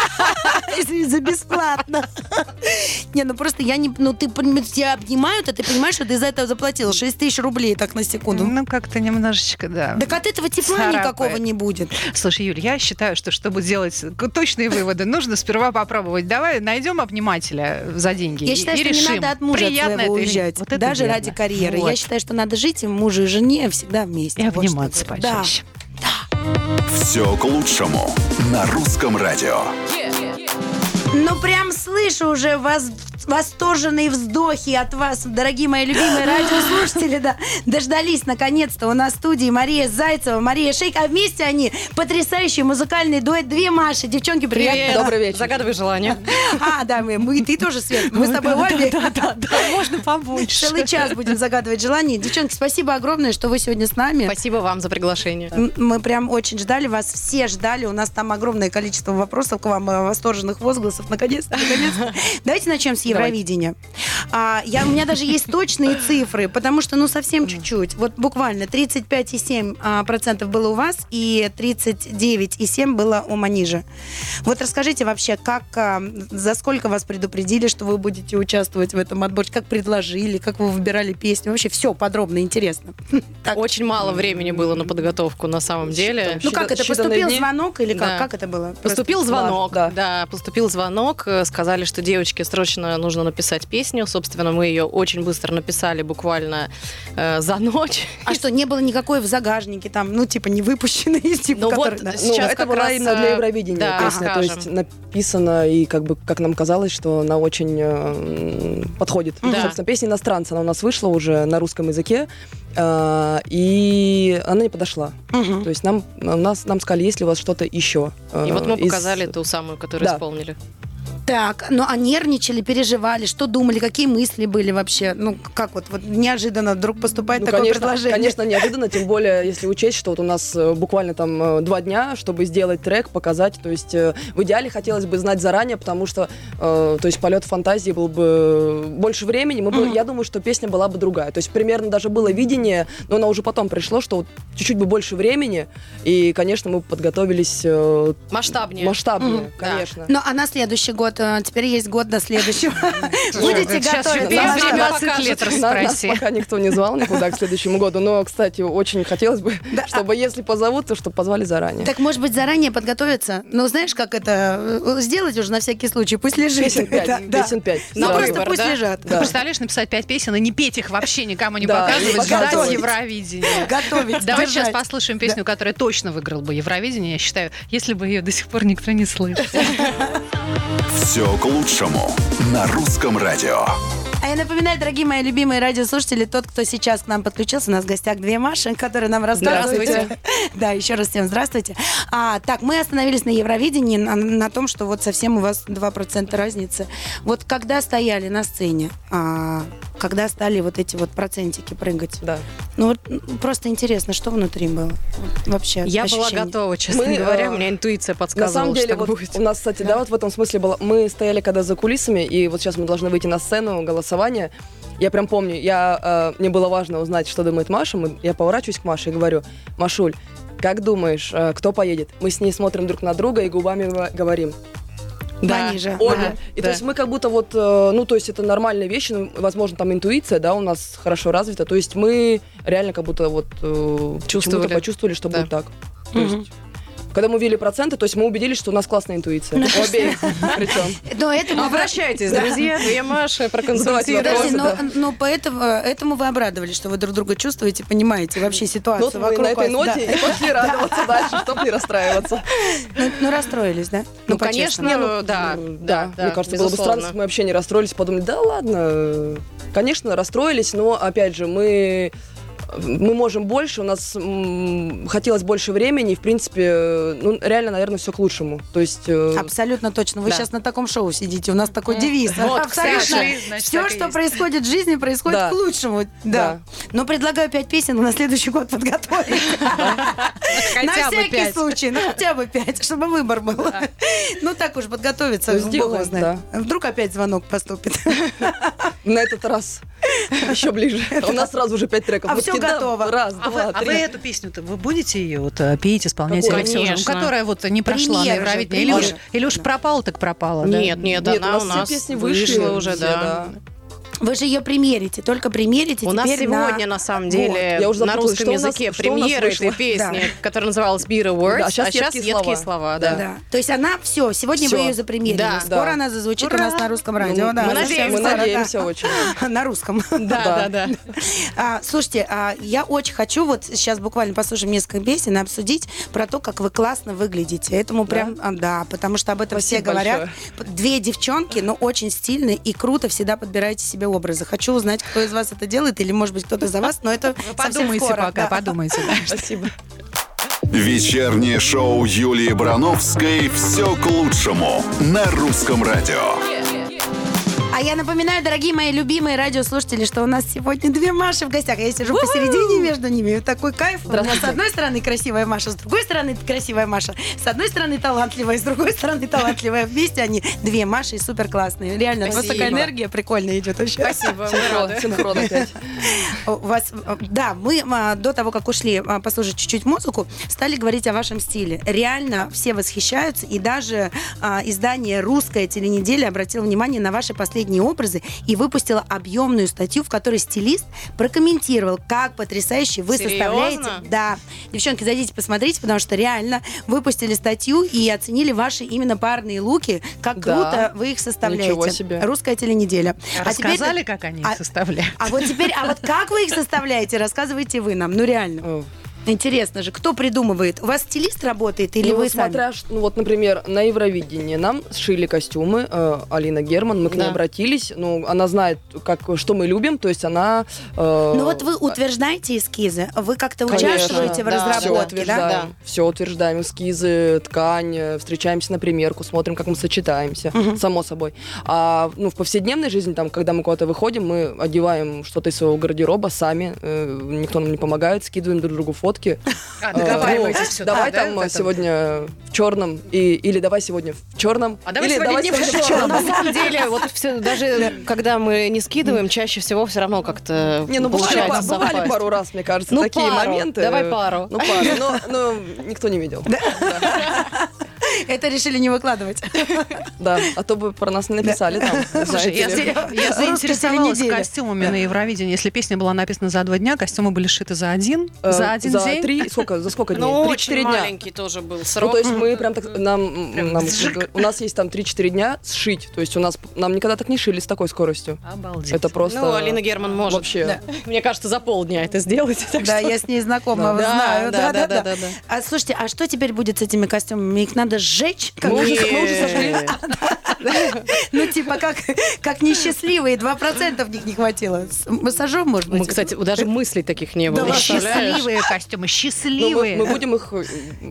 B: *laughs* Если за бесплатно. *laughs* Не, ну просто я не... Ну ты пон- тебя обнимают, а ты понимаешь, что ты за это заплатила 6 тысяч рублей так на секунду.
C: Ну, как-то немножечко, да.
B: Так от этого тепла
C: Царапает.
B: никакого не будет.
C: Слушай, Юль, я считаю, что чтобы сделать к- точные выводы, нужно сперва попробовать. Давай найдем обнимателя за деньги.
B: Я
C: и-
B: считаю,
C: и
B: что
C: решим,
B: не надо от мужа от
C: приятно
B: своего
C: это или нет.
B: уезжать.
C: Вот это
B: даже
C: верно.
B: ради карьеры.
C: Вот.
B: Я считаю, что надо жить и мужу, и жене всегда вместе.
C: И
B: Вот что
C: обниматься
B: говорю. Да.
C: почаще.
A: Все к лучшему на русском радио.
B: Ну, прям слышу уже воз- восторженные вздохи от вас, дорогие мои
C: *laughs*
B: любимые радиослушатели, да. Дождались, наконец-то, у нас в студии Мария Зайцева, Мария Шейк, а вместе они потрясающий музыкальный дуэт «Две Маши». Девчонки, приятно.
D: Добрый вечер. Загадывай желание.
B: А, да, мы, мы и ты тоже, Свет,
C: *laughs*
B: мы с тобой обе.
D: Можно побольше.
B: Целый час будем загадывать желания. Девчонки, спасибо огромное, что вы сегодня с нами.
D: Спасибо вам за приглашение.
B: М, Мы прям очень ждали вас, все ждали. У нас там огромное количество вопросов к вам, э, восторженных возгласов. Наконец-то, наконец-то. Давайте начнем с Евровидения. А, я, у меня даже есть точные цифры, потому что, ну, совсем чуть-чуть. Вот буквально 35,7% а, процентов было у вас и 39,7% было у Манижа. Вот расскажите вообще, как, а, за сколько вас предупредили, что вы будете участвовать в этом отборе, как предложили, как вы выбирали песню, вообще все подробно, интересно. Так.
D: Очень мало времени было на подготовку на самом деле.
B: Ну как это, поступил звонок или как?
D: Да.
B: Как это было?
D: Поступил
B: Просто-
D: звонок,
B: Да.
D: да, поступил звонок, э, сказали, что девочки срочно нужно написать песню. Собственно, мы ее очень быстро написали, буквально э, за ночь.
B: А что, не было никакой в загажнике там, ну, типа, не выпущенной, типа,
D: Ну вот,
B: которая- да.
D: Сейчас
E: ну, это
D: как
E: была
D: раз,
E: именно для
D: э,
E: Евровидения
D: да,
E: песня. То есть
D: скажем.
E: написана, и как бы, как нам казалось, что она очень э, м, подходит. Ну,
D: Да.
E: Собственно, песня иностранца, она у нас вышла уже на русском языке, э, и она не подошла.
B: Мгм.
E: То есть нам, у нас, нам сказали, есть ли у вас что-то еще.
D: И
E: э,
D: вот мы
E: из-
D: показали ту самую, которую
E: Да.
D: исполнили.
B: Так, ну, а нервничали, переживали, что думали, какие мысли были вообще? Ну, как вот, вот неожиданно вдруг поступает
E: Ну,
B: такое
E: конечно,
B: предложение.
E: конечно, неожиданно, тем более, если учесть, что вот у нас э, буквально там э, два дня, чтобы сделать трек, показать. То есть э, в идеале хотелось бы знать заранее, потому что, э, то есть полет фантазии был бы больше времени. Мы бы- я думаю, что песня была бы другая. То есть примерно даже было видение, но оно уже потом пришло, что вот чуть-чуть бы больше времени. И, конечно, мы подготовились э,
D: Масштабнее.
E: масштабнее,
D: Мгм. Да.
E: конечно.
B: Ну, а на следующий год, э, теперь есть год до *laughs* следующего. Будете
D: Сейчас
B: готовиться.
D: время
E: Нас-
B: Маша?
E: нас-
D: покажет.
C: лет
E: На- Нас
C: расспроси.
E: пока никто не звал никуда к следующему году, но, кстати, очень хотелось бы,
B: Да,
E: А, чтобы если позовут, то чтобы позвали заранее.
B: Так, может быть, заранее подготовиться? Ну, знаешь, как это э, сделать уже на всякий случай? Пусть лежит.
E: Песен
B: *laughs*
E: пять,
B: Да, да.
E: песен пять.
D: Ну,
B: Ну,
E: сразу.
B: просто
D: выбор,
B: пусть
D: да?
B: лежат.
E: Да.
C: Представляешь, написать пять песен и не петь их вообще никому не
E: Да,
C: показывать,
E: не
C: ждать
B: показывать.
C: Евровидения.
B: Готовить,
C: Давай сейчас
B: держать.
C: послушаем песню, которая точно выиграла бы Евровидение, я считаю, если бы ее до сих пор никто не слышал.
A: Все к лучшему на русском радио.
B: А я напоминаю, дорогие мои любимые радиослушатели, тот, кто сейчас к нам подключился, у нас в гостях две Маши, которые нам рассказывают.
D: Здравствуйте.
B: *laughs* Да, еще раз всем здравствуйте. А, так, мы остановились на Евровидении, на, на том, что вот совсем у вас 2% разницы. Вот когда стояли на сцене, а, когда стали вот эти вот процентики прыгать?
E: Да.
B: Ну вот м, просто интересно, что внутри было Вот вообще
D: Я была
B: ощущение?
D: готова, честно
E: Мы,
D: говоря.
E: э,
D: У меня интуиция
E: На
D: подсказывала,
E: самом деле,
D: что
E: вот
D: так будет.
E: у нас, кстати, да. вот в этом смысле было. Мы стояли когда за кулисами, и вот сейчас мы должны выйти на сцену голосование. Я прям помню, я, э, мне было важно узнать, что думает Маша. Мы- я поворачиваюсь к Маше и говорю, Машуль, как думаешь, э, кто поедет? Мы с ней смотрим друг на друга и губами ва- говорим.
D: Да.
B: Пониже.
E: Обе.
B: Ага.
E: и
D: да.
E: то есть мы как будто вот, э, ну то есть это нормальные вещи, ну, возможно там интуиция, да, у нас хорошо развита. То есть мы реально как будто вот э,
D: Чувствовали.
E: почему-то почувствовали, что
D: Да.
E: будет так. То
B: Мгм.
E: есть, когда мы увидели проценты, то есть мы убедились, что у нас классная интуиция. У обеих причем.
B: Но это было-
D: Обращайтесь, друзья. Я Маша,
E: Задавать
B: Подожди,
D: проконсультирую.
E: вопросы.
B: но,
E: да.
B: но поэтому, этому вы обрадовались, что вы друг друга чувствуете, понимаете вообще ситуацию
E: Ну, Вот мы
B: вокруг
E: на этой
B: вас. Да.
E: ноте и пошли радоваться дальше, чтобы не расстраиваться.
B: Ну, ну, расстроились, да?
D: Ну,
B: по-честному.
D: конечно, да.
E: ну, Да,
D: да,
E: мне кажется, было бы странно,
D: безусловно.
E: если бы мы вообще не расстроились, подумали, да ладно, э, конечно, расстроились, но, опять же, мы мы можем больше, у нас м, хотелось больше времени, и, в принципе, э, ну, реально, наверное, все к лучшему. То есть... э,
B: Ну, Абсолютно точно. Вы
D: Да.
B: сейчас на таком шоу сидите. У нас такой девиз.
D: Вот,
B: Абсолютно.
C: пришли, значит,
B: Все,
C: так и
B: что
C: есть.
B: происходит в жизни, происходит
E: Да.
B: к лучшему. Да.
E: Да.
B: Но предлагаю пять песен на следующий год подготовить. На
C: Хотя бы
B: всякий
C: пять.
B: случай. Ну, хотя бы пять, чтобы выбор был. Ну, так уж подготовиться.
E: Ну,
B: бог его
E: сделаем,
B: знает. Вдруг опять звонок поступит.
E: На этот раз еще ближе. У нас сразу же пять треков.
B: А
E: Вот
B: всё
E: кидаем.
B: готово.
E: Раз,
C: А вы,
E: два,
C: а вы
E: три.
C: эту песню-то, вы будете ее вот э, петь, исполнять?
E: Какую?
C: или всё же? Ну,
D: Конечно.
C: которая вот не прошла
B: Премьера
C: на
B: же,
C: Евровидении. Или уж,
B: премьера.
C: или уж пропала, так пропала, да?
D: Нет, нет,
E: Нет, ну,
D: она у
E: все
D: нас
E: песни вышли
D: вышла уже,
E: все,
D: да.
B: Вы же ее примерите, только примерите.
D: У нас
B: теперь на-
D: сегодня, на самом деле,
E: Вот, я уже
D: на
E: запуталась,
D: русском
E: что у нас-
D: языке
E: что у нас
D: премьера этой
E: вышло?
D: песни, которая называлась Beer Awards,
E: Да,
D: а
E: щас
D: сейчас
E: «Едкие
D: едкие,
E: слова».
D: слова.
E: Да.
D: Да.
B: Да. То есть она все, сегодня
E: Всё.
B: вы ее запримерили.
D: Да.
B: Скоро
E: Да.
B: она зазвучит
D: Ура!
B: у нас на русском радио.
E: Ну,
B: да.
D: мы
B: Совсем
D: надеемся.
E: Мы
B: скоро, да.
E: надеемся очень.
B: *laughs* На русском.
D: Да, да, да.
B: А, слушайте, а, я очень хочу, вот сейчас буквально послушаем несколько песен и обсудить про то, как вы классно выглядите. Этому прям, а, да, потому что об этом все
E: Спасибо
B: говорят. Две девчонки, но очень стильные и круто всегда подбираете себе образы. Хочу узнать, кто из вас это делает, или, может быть, кто-то за вас, но это
C: Вы
B: совсем
C: подумайте
B: скоро,
C: пока,
B: да.
C: подумайте. да.
E: Спасибо.
A: Вечернее шоу Юлии Брановской «Все к лучшему» на русском радио.
B: А я напоминаю, дорогие мои любимые радиослушатели, что у нас сегодня две Маши в гостях. Я сижу посередине между ними. Такой кайф. У меня с одной стороны красивая Маша, с другой стороны красивая Маша. С одной стороны талантливая, с другой стороны талантливая. Вместе они две Маши и супер классные. Реально, просто
D: Спасибо.
B: такая энергия прикольная идет вообще.
D: *laughs* Спасибо, мы рады.
E: Синхрон опять.
B: У вас, э, да, мы а, до того, как ушли а, послушать чуть-чуть музыку, стали говорить о вашем стиле. Реально э, все восхищаются, и даже а, издание «Русская теленеделя» обратило внимание на ваши последние последние образы и выпустила объемную статью, в которой стилист прокомментировал, как потрясающе вы
D: Серьезно?
B: составляете. Да. Девчонки, зайдите, посмотрите, потому что реально выпустили статью и оценили ваши именно парные луки, как
E: Да.
B: круто вы их составляете.
E: Ничего себе.
B: Русская теленеделя. А теперь-
C: Рассказали, как они их
B: а-
C: *laughs* составляют?
B: а вот теперь, а вот как вы их составляете, рассказывайте вы нам. Ну реально.
E: Э,
B: Интересно же, кто придумывает? У вас стилист работает или
E: ну,
B: вы сами?
E: смотря, ш- ну вот, например, на Евровидении нам сшили костюмы э, Алина Герман, мы к ней
D: Да.
E: обратились, ну она знает, как что мы любим, то есть она. э,
B: Ну вот вы утверждаете эскизы, вы как-то
E: Конечно,
B: участвуете в
D: да.
E: Все
B: разработке, да?
E: утверждаем, все утверждаем, эскизы, ткань, э, встречаемся на примерку, смотрим, как мы сочетаемся, само собой. А ну, в повседневной жизни, там, когда мы куда-то выходим, мы одеваем что-то из своего гардероба сами, э, никто нам не помогает, скидываем друг другу фотки.
C: А,
E: Э,
C: договариваетесь
E: ну,
C: всё, А,
E: Давай
C: да,
E: там
C: да,
E: э,
C: это-
E: сегодня в черном и или давай сегодня в черном.
C: А давай
E: или
C: сегодня не в
E: сегодня
C: чёрном.
D: На самом деле, вот все, даже
E: *laughs*
D: когда мы не скидываем, чаще всего все равно как-то
E: Не, ну бывали,
D: получается
E: бывали
D: совпасть.
E: пару раз, мне кажется,
D: Ну,
E: такие
D: пару.
E: моменты.
D: Давай пару.
E: Ну, пару. Но, но никто не видел. Да.
B: Это решили не выкладывать.
E: А то бы про нас не написали там.
C: Слушай,
E: знаете
C: я,
E: ли.
C: за- я
B: Русская
C: заинтересовалась
B: теленеделя.
C: костюмами на Евровидении. Если песня была написана за два дня, костюмы были шиты за один, Э, за один
E: Э, за
C: день.
E: Три, сколько, за сколько дней?
D: Ну,
E: Три-четыре
D: очень
E: дня.
D: маленький тоже был
E: Ну,
D: срок.
E: то есть мы прям так, нам,
C: Прям
E: нам-
C: сжик.
E: у нас есть там 3-4 дня сшить, то есть у нас, нам никогда так не шили с такой скоростью.
C: Обалдеть.
E: Это просто...
D: Ну, Алина Герман может.
E: Вообще.
D: Да. *laughs* Мне кажется, за полдня это сделать. *laughs* так
B: Да,
D: что-
B: я с ней знакома,
D: Да,
B: знаю.
D: да, да, да, да,
B: А слушайте, а что теперь будет с этими костюмами? Их надо сжечь? Как-
E: Мы уже- мы уже
D: Ну, Нет. *laughs*
E: сожгли.
B: Ну, типа, как, как несчастливые, 2% в них не хватило. С- Мы сожжем, может быть?
D: Мы, кстати, даже мыслей таких не было.
B: Да,
D: представляешь?
C: Счастливые костюмы,
E: Ну, мы,
C: счастливые.
E: мы будем их... э,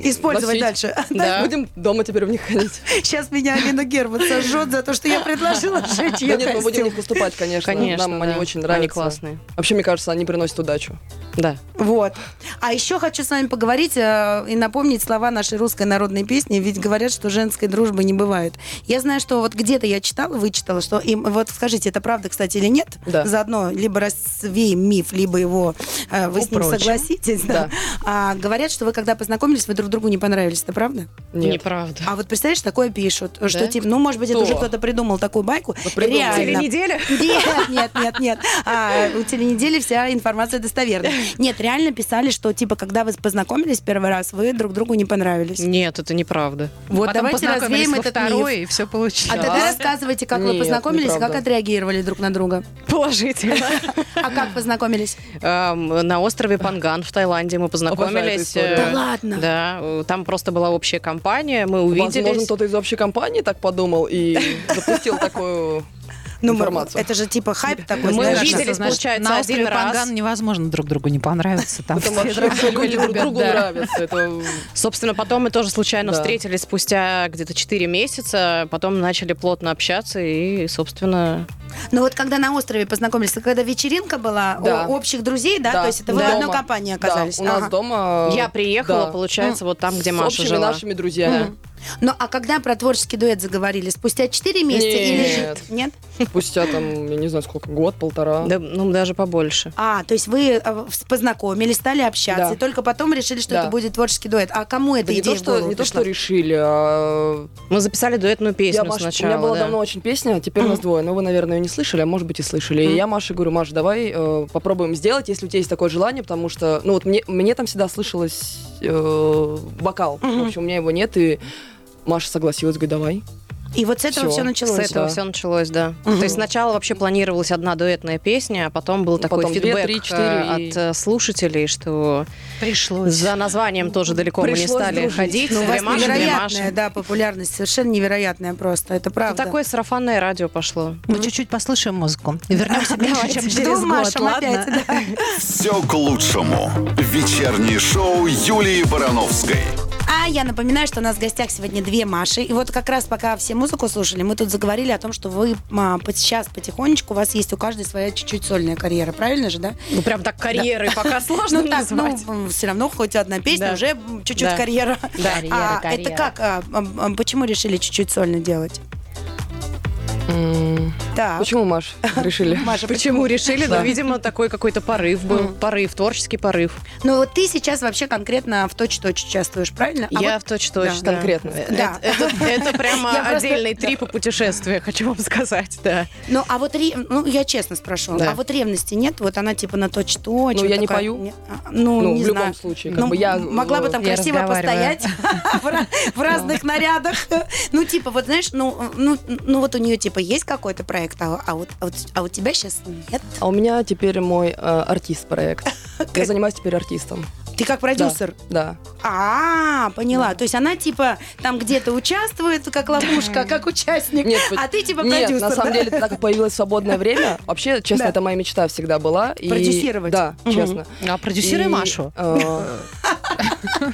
B: Использовать
E: носить.
B: дальше.
D: Да.
E: Будем дома теперь в них
D: *laughs*
E: ходить.
B: Сейчас меня Алина Герман сожжет за то, что я предложила сжечь
E: Да
B: ее
E: нет, мы будем
B: костюм.
E: их выступать, конечно.
D: Конечно,
E: Нам
D: да.
E: они очень нравятся.
D: Они классные.
E: Вообще, мне кажется, они приносят удачу.
D: Да.
B: Вот. А еще хочу с вами поговорить э, и напомнить слова нашей русской народной песни, ведь говорят, что женской дружбы не бывает. Я знаю, что вот где-то я читала, вычитала, что им, вот скажите, это правда, кстати, или нет?
E: Да.
B: Заодно либо развеем миф, либо его э, вы с ним
C: Упрочим.
B: согласитесь. Да.
E: Да.
B: А, говорят, что вы когда познакомились, вы друг другу не понравились, это правда?
E: Нет.
D: Неправда.
B: А вот представляешь, такое пишут, что
D: Да?
B: типа, ну, может быть, это
E: Кто?
B: уже кто-то придумал такую байку.
E: Вот придумал.
B: Реально.
C: Теленеделя?
B: Нет, нет, нет, нет. А, у теленедели вся информация достоверна. Нет, реально писали, что типа, когда вы познакомились первый раз, вы друг другу не понравились.
D: Нет, это неправда.
B: Вот
C: Потом
B: давайте
C: познакомились
B: развеем
C: во
B: этот
C: второй,
B: миф.
C: и все получилось.
B: А тогда рассказывайте, как вы
E: Нет,
B: познакомились, и как
E: неправда.
B: отреагировали друг на друга.
D: Положительно.
B: *laughs* А как познакомились?
D: Эм, На острове Панган в Таиланде мы познакомились.
E: Обожаю эту историю.
D: Э,
B: Да ладно?
D: Да, э, там просто была общая компания, мы
E: Возможно,
D: увиделись.
E: кто-то из общей компании так подумал
D: *laughs*
E: и запустил такую
B: Ну,
E: информацию.
B: это же типа хайп такой.
D: Мы
B: знаешь,
D: увиделись,
B: нас-
D: получается,
C: на
D: один
C: острове
D: раз.
C: Панган невозможно друг другу не понравиться. Там
E: Там
C: все
E: вообще
C: друг друга
E: люди друг
C: любят,
E: другу
C: да.
B: *laughs*
E: нравятся. Это
D: Собственно, потом мы тоже случайно
E: Да.
D: встретились спустя где-то 4 месяца, потом начали плотно общаться и, собственно,
B: Ну вот когда на острове познакомились, когда вечеринка была,
E: Да.
B: у общих друзей, да?
E: Да.
B: То есть это вы в
E: Дома.
B: одной компании
E: Да,
B: оказались?
E: у нас
B: Ага.
E: дома...
D: я приехала,
E: Э, да. Ну,
D: получается, вот там, где
E: С
D: Маша
E: общими
D: жила.
E: нашими друзьями.
B: Ну а когда про творческий дуэт заговорили? Спустя 4 месяца или
E: Нет.
B: же- Нет?
E: Спустя там, я не знаю, сколько, год, полтора.
D: Да, ну, даже побольше.
B: А, то есть вы э, с- познакомились, стали общаться,
E: Да.
B: и только потом решили, что
E: Да.
B: это будет творческий дуэт. А кому эта
E: Да не
B: идея
E: то,
B: в
E: что,
B: голову
E: не то,
B: пришла?
E: что решили, а
D: Мы записали дуэтную песню
E: я, Маша,
D: сначала.
E: У меня была
D: да.
E: давно очень песня, теперь у нас двое. Но вы, наверное, ее не слышали, а может быть и слышали. И я Маше говорю, Маша, давай э, попробуем сделать, если у тебя есть такое желание, потому что, ну вот мне, мне там всегда слышалось э, вокал. В общем, у меня его нет, и Маша согласилась, говорит, давай.
B: И вот с этого
E: Всё.
B: все
D: С
B: началось.
D: этого
E: да.
D: все началось, да. То есть сначала вообще планировалась одна дуэтная песня, а потом был такой
E: Ну, Потом две,
D: фидбэк
E: три, четыре
D: э,
E: и-
D: от э, слушателей, что
C: Пришлось.
D: за названием тоже далеко мы
E: Пришлось
D: не стали
E: дружить.
D: ходить.
B: Ну, у
D: Две
B: вас
D: Маши, две
B: невероятная,
D: Маши.
B: да, популярность, совершенно невероятная просто, это
D: Ну,
B: правда. *laughs*
D: Такое сарафанное радио пошло.
C: Мы чуть-чуть послушаем музыку. И вернемся меньше, чем через
B: Жду
C: год,
B: Машу
C: ладно?
B: опять, да.
A: Все к лучшему. Вечернее шоу Юлии Барановской.
B: *laughs* А я напоминаю, что у нас в гостях сегодня две Маши. И вот как раз пока все музыку слушали, мы тут заговорили о том, что вы а, по- сейчас потихонечку, у вас есть у каждой своя чуть-чуть сольная карьера, правильно же, да?
D: Ну, прям так
E: *laughs*
D: карьеры пока сложно
B: ну так, ну все равно хоть одна песня,
D: Да.
B: уже м, чуть-чуть
D: Да.
B: карьера.
D: Да.
B: А,
D: Карьера,
B: это
D: карьера.
B: как? а, а, а, почему решили чуть-чуть сольно делать?
E: М,
B: Так. Ну,
E: Почему, Маш, решили?
B: *laughs* Маша,
D: Почему решили?
E: Да.
D: Ну, видимо, такой какой-то порыв был. Порыв, творческий порыв.
B: Ну вот ты сейчас вообще конкретно в точь-точь участвуешь, правильно? А
D: Я
B: вот
D: в точь-точь, да.
E: Да. Конкретно.
D: Э,
B: Да.
D: Это, это
B: Я
D: прямо
B: просто-
D: отдельный трип и путешествие, *laughs* хочу вам сказать, да.
B: Ну, а вот ре- ну, я честно спрошу,
D: Да.
B: а вот ревности нет? Вот она типа на точь точь.
E: Ну, я не пою.
B: Ну,
E: Ну, в
B: не
E: любом
B: знаю.
E: случае, как
B: Ну,
E: бы я,
B: могла бы
E: э,
B: там
C: я
B: красиво
C: разговариваю.
B: постоять *laughs* в ра- в разных нарядах. *laughs* Ну, типа, вот знаешь, ну, ну, ну, вот у нее типа есть какой-то проект, а а вот, а вот, а у тебя сейчас нет.
E: А у меня теперь мой э,
B: *laughs*
E: артист-проект. Я занимаюсь теперь артистом.
B: Ты как продюсер.
E: Да.
B: А, поняла. То есть она типа там где-то участвует, как ловушка, как участник.
E: Нет,
B: А ты типа
E: Нет,
B: продюсер.
E: на самом
B: да?
E: деле, так как появилось свободное время, вообще, честно,
B: Да.
E: это моя мечта всегда была. И-
B: Продюсировать.
E: Да,
B: Мгм.
E: честно.
D: А продюсируй
E: И,
D: Машу.
E: э,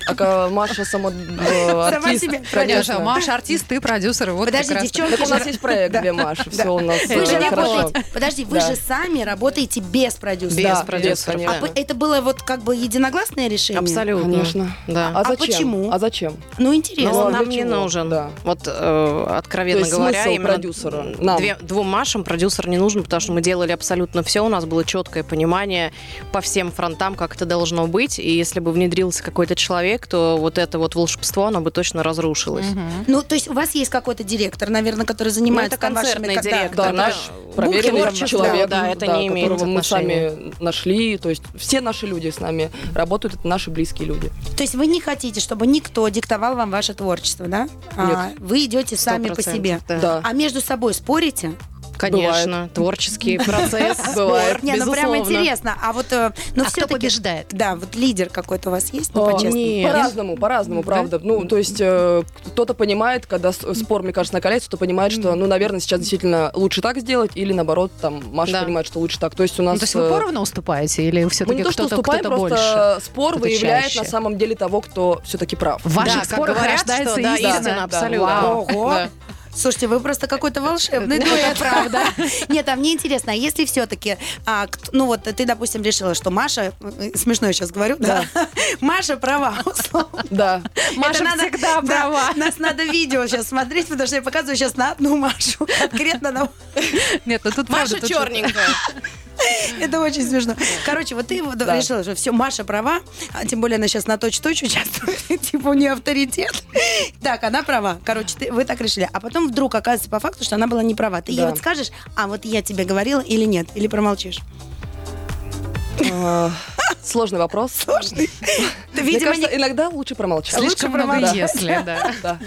E: Так а Маша сама э, артист.
B: себе.
E: конечно.
C: Маша артист, ты продюсер. Вот
B: Подожди,
C: как раз-
B: девчонки,
E: Так у нас
B: же-
E: есть проект, где Маша, все у нас
B: Вы же
E: э, хорошо.
B: работаете. Подожди, вы
E: Да.
B: же сами работаете без продюсера.
E: Да,
D: Без
E: без,
D: продюсера.
E: конечно.
B: А п- это было вот как бы единогласное решение?
D: Абсолютно.
E: Конечно.
D: Да.
B: А почему?
E: А зачем?
B: Ну,
D: Но
B: интересно.
E: Ну, а
D: он
E: для
D: нам не
E: чего?
D: нужен.
E: Да.
D: Вот, э, откровенно
E: То есть
D: говоря,
E: смысл
D: именно
E: продюсера? Нам.
D: две- двум Машам продюсер не нужен, потому что мы делали абсолютно все, у нас было четкое понимание по всем фронтам, как это должно быть, и если бы внедрился какой-то человек, то вот это вот волшебство, оно бы точно разрушилось.
C: Мгм.
B: Ну, то есть у вас есть какой-то директор, наверное,
E: Ну,
B: который занимается
D: это
B: там вашими...
D: концертный
B: ко- да,
D: директор,
B: да.
E: Да,
D: Тогда
E: наш
D: бухим
E: проверенный
D: орчества,
E: человек,
D: да, это не имеет
E: которого мы
D: отношения.
E: сами нашли. То есть все наши люди с нами работают, это наши близкие люди.
B: То есть вы не хотите, чтобы никто диктовал вам ваше творчество, да? А, вы идете сами по себе.
D: 100%, Да.
E: Да.
B: А между собой спорите?
D: Конечно, творческий
E: *laughs*
D: процесс бывает,
B: Не, ну прям
D: безусловно.
B: интересно. А вот, э, ну
C: А кто
B: все-таки...
C: побеждает?
B: Да, вот лидер какой-то у вас есть, ну,
E: А,
B: по-честному?
D: нет.
E: По-разному, по-разному, правда. Ну, то есть э, кто-то понимает, когда с- спор, мне кажется, накаляется, кто понимает, что, ну, наверное, сейчас действительно лучше так сделать, или наоборот, там, Маша
D: Да.
E: понимает, что лучше так. То есть у
C: Ну,
E: нас...
C: то есть вы
E: э,
C: поровну уступаете или
E: мы
C: все-таки
E: не то, что
C: кто-то
E: уступаем,
C: кто-то
E: просто
C: больше?
E: спор
C: кто-то
E: выявляет
C: чаще.
E: на самом деле того, кто все-таки прав.
C: В ваших
D: Да, как
C: спорах
D: говорят,
C: рождается
D: что, да,
C: истина.
D: истина,
E: Да.
D: абсолютно.
B: Вау.
D: Да.
B: Ого.
D: Да.
B: Слушайте, вы просто какой-то волшебный дуэт, правда. *laughs* Нет, а мне интересно, а если все-таки, ну вот ты, допустим, решила, что Маша, э, смешно я сейчас говорю, да, *laughs* Маша права, условно.
E: Да.
C: *laughs* Маша
B: Это надо- да,
C: всегда права.
B: Нас надо видео сейчас смотреть, потому что я показываю сейчас на одну Машу, *laughs* конкретно на...
C: Нет, ну тут правда,
D: Маша
C: тут
D: черненькая.
B: Это очень смешно. Короче, вот ты вот
E: Да.
B: решила, что все, Маша права, а тем более она сейчас на точь-точь участвует, *laughs* типа у нее авторитет. Так, она права. Короче, ты- вы так решили. А потом вдруг оказывается по факту, что она была не права. Ты ей
E: Да.
B: вот скажешь, а вот я тебе говорила или нет, или промолчишь.
E: Э, Сложный вопрос.
B: Сложный. Ты,
E: Мне
B: Видимо,
E: кажется,
B: не...
E: иногда лучше промолчать.
C: Слишком много
B: промолчать.
C: если, да.
E: Да.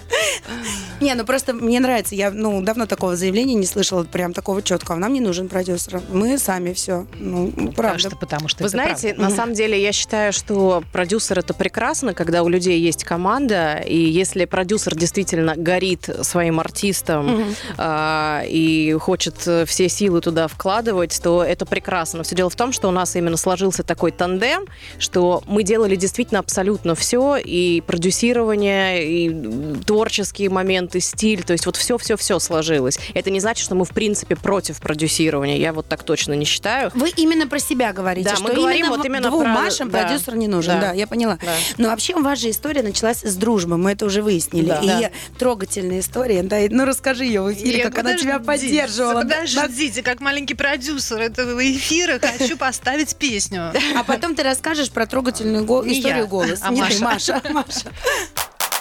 B: не, ну просто мне нравится. Я ну давно такого заявления не слышала, прям такого четкого. Нам не нужен продюсер. Мы сами все. Ну,
C: Потому
B: правда.
C: что, потому что
D: Вы
C: это
D: знаете, на самом деле я считаю, что продюсер это прекрасно, когда у людей есть команда, и если продюсер действительно горит своим артистом а, и хочет э, все силы туда вкладывать, то это прекрасно. Все дело в том, что у нас именно сложился такой тандем, что мы делали действительно абсолютно все, и продюсирование, и м, творческие моменты, стиль, то есть вот все-все-все сложилось. Это не значит, что мы в принципе против продюсирования, я вот так точно не считаю.
B: Вы именно про себя говорите,
D: Да,
B: что
D: мы говорим
B: именно,
D: вот
B: вот
D: именно
B: двум
D: про-
B: Машам
D: да.
B: продюсер не нужен. Да,
D: Да.
B: я поняла.
D: Да.
B: Но Ну, вообще у вас же история началась с дружбы, мы это уже выяснили.
E: Да.
B: И
D: Да.
B: трогательная история. Да, и- ну расскажи ее в эфире,
F: Нет,
B: как она тебя
F: подождите,
B: поддерживала. Да,
F: Подождите, как маленький продюсер этого эфира хочу поставить песню.
B: *laughs* да. А потом ты расскажешь про трогательную го-
F: Не
B: историю
F: я,
B: голоса.
F: а
B: Не ты,
F: Маша.
B: Маша. *laughs* Маша.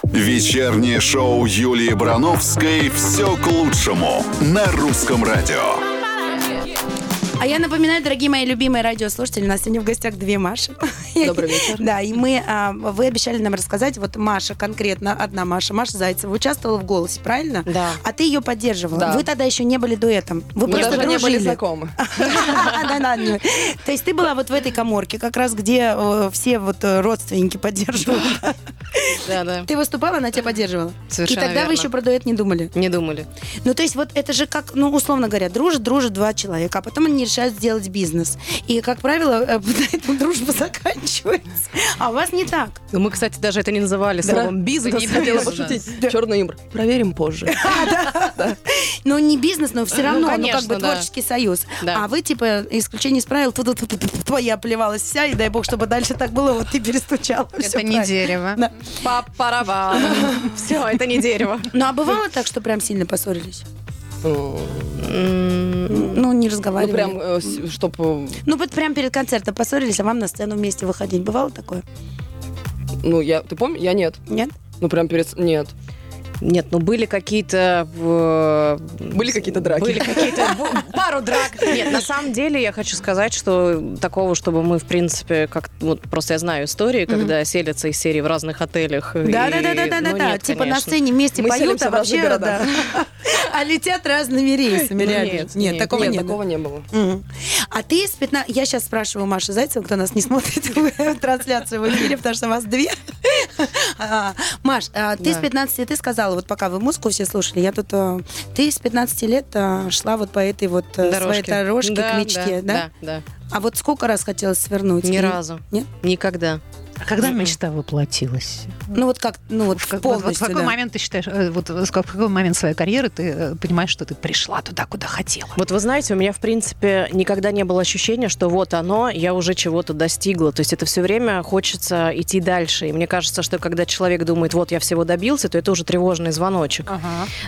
A: Вечернее шоу Юлии Брановской «Все к лучшему» на русском радио.
B: А я напоминаю, дорогие мои любимые радиослушатели, у нас сегодня в гостях две Маши. *laughs*
E: Добрый вечер.
B: Да, и мы, а, вы обещали нам рассказать, вот Маша конкретно, одна Маша, Маша Зайцева, участвовала в «Голосе», правильно?
D: Да.
B: А ты ее поддерживала.
E: Да.
B: Вы тогда еще не были дуэтом. Вы
E: Мы
B: просто
E: даже не были
B: дружили.
E: знакомы.
B: *laughs* Да, да, не. То есть ты была вот в этой коморке, как раз где э, все вот э, родственники поддерживают.
D: Да, да.
B: *laughs* Ты выступала, она тебя поддерживала. И
D: Совершенно
B: тогда вы
D: верно.
B: еще про дуэт не думали.
D: Не думали.
B: Ну, то есть вот это же как, ну, условно говоря, дружат, дружат два человека, а потом они решают сделать бизнес. И, как правило, э, *laughs* на этом дружба заканчивается. А у вас не так.
D: Ну, Мы, кстати, даже это не называли
E: Да.
D: словом бизнес.
E: Я хотела пошутить. Черный имбр. Проверим позже.
B: Ну, не бизнес, но все равно, ну, как
D: конечно,
B: бы
D: да.
B: творческий союз.
D: Да.
B: А вы, типа, исключение из правил, тут я плевалась вся, и дай бог, чтобы дальше так было, вот ты перестучала. Всё
C: Это не
B: правильно.
C: дерево.
B: Да.
D: Все, это не дерево.
B: Ну, а бывало так, что прям сильно поссорились?
E: Ну,
D: М,
B: Ну, не разговаривали.
E: прям, э, чтобы,
B: Ну, вот прям перед концертом поссорились, а вам на сцену вместе выходить. Бывало такое?
E: ну, я, ты помнишь? Я нет.
B: Нет?
E: Ну, прям перед... Нет.
D: Нет, ну были какие-то... э,
E: Были какие-то драки?
D: Были какие-то...
B: *laughs*
D: бу- Пару драк. Нет, на самом деле я хочу сказать, что такого, чтобы мы, в принципе, как... Вот просто я знаю истории, когда селятся из серии в разных отелях. и- ну,
B: Да-да-да-да-да-да.
D: нет,
B: Типа на
D: конечно.
B: сцене вместе
E: Мы
B: поют,
E: селимся
B: а
E: в разных
B: вообще...
E: городах.
B: да. А летят разными рейсами,
D: Ну,
B: реально.
D: нет,
B: Нет,
D: нет,
B: такого
E: нет,
B: нет. да?
E: такого не было.
B: Мгм. А ты с 15... Я сейчас спрашиваю Машу Зайцева, кто нас не смотрит *laughs* в трансляцию в эфире, потому что вас две. *laughs* А, Маш, а, ты
D: Да.
B: с 15 ты сказала, вот пока вы музыку все слушали, я тут... а, Ты с 15 лет а, шла вот по этой вот а, своей
D: Дорожки.
B: дорожке
D: Да,
B: к мечте, да?
D: Да,
B: А вот сколько раз хотелось свернуть?
D: да. Ни
B: И-
D: разу.
B: Нет?
D: Никогда.
G: А когда мечта воплотилась?
B: Ну вот как, ну вот
C: Как- вот- вот в
B: полностью,
C: какой
B: да.
C: момент ты считаешь, э, вот э, в какой момент своей карьеры ты э, понимаешь, что ты пришла туда, куда хотела?
D: Вот вы знаете, у меня, в принципе, никогда не было ощущения, что вот оно, я уже чего-то достигла. То есть это все время хочется идти дальше. И мне кажется, что когда человек думает, вот я всего добился, то это уже тревожный звоночек.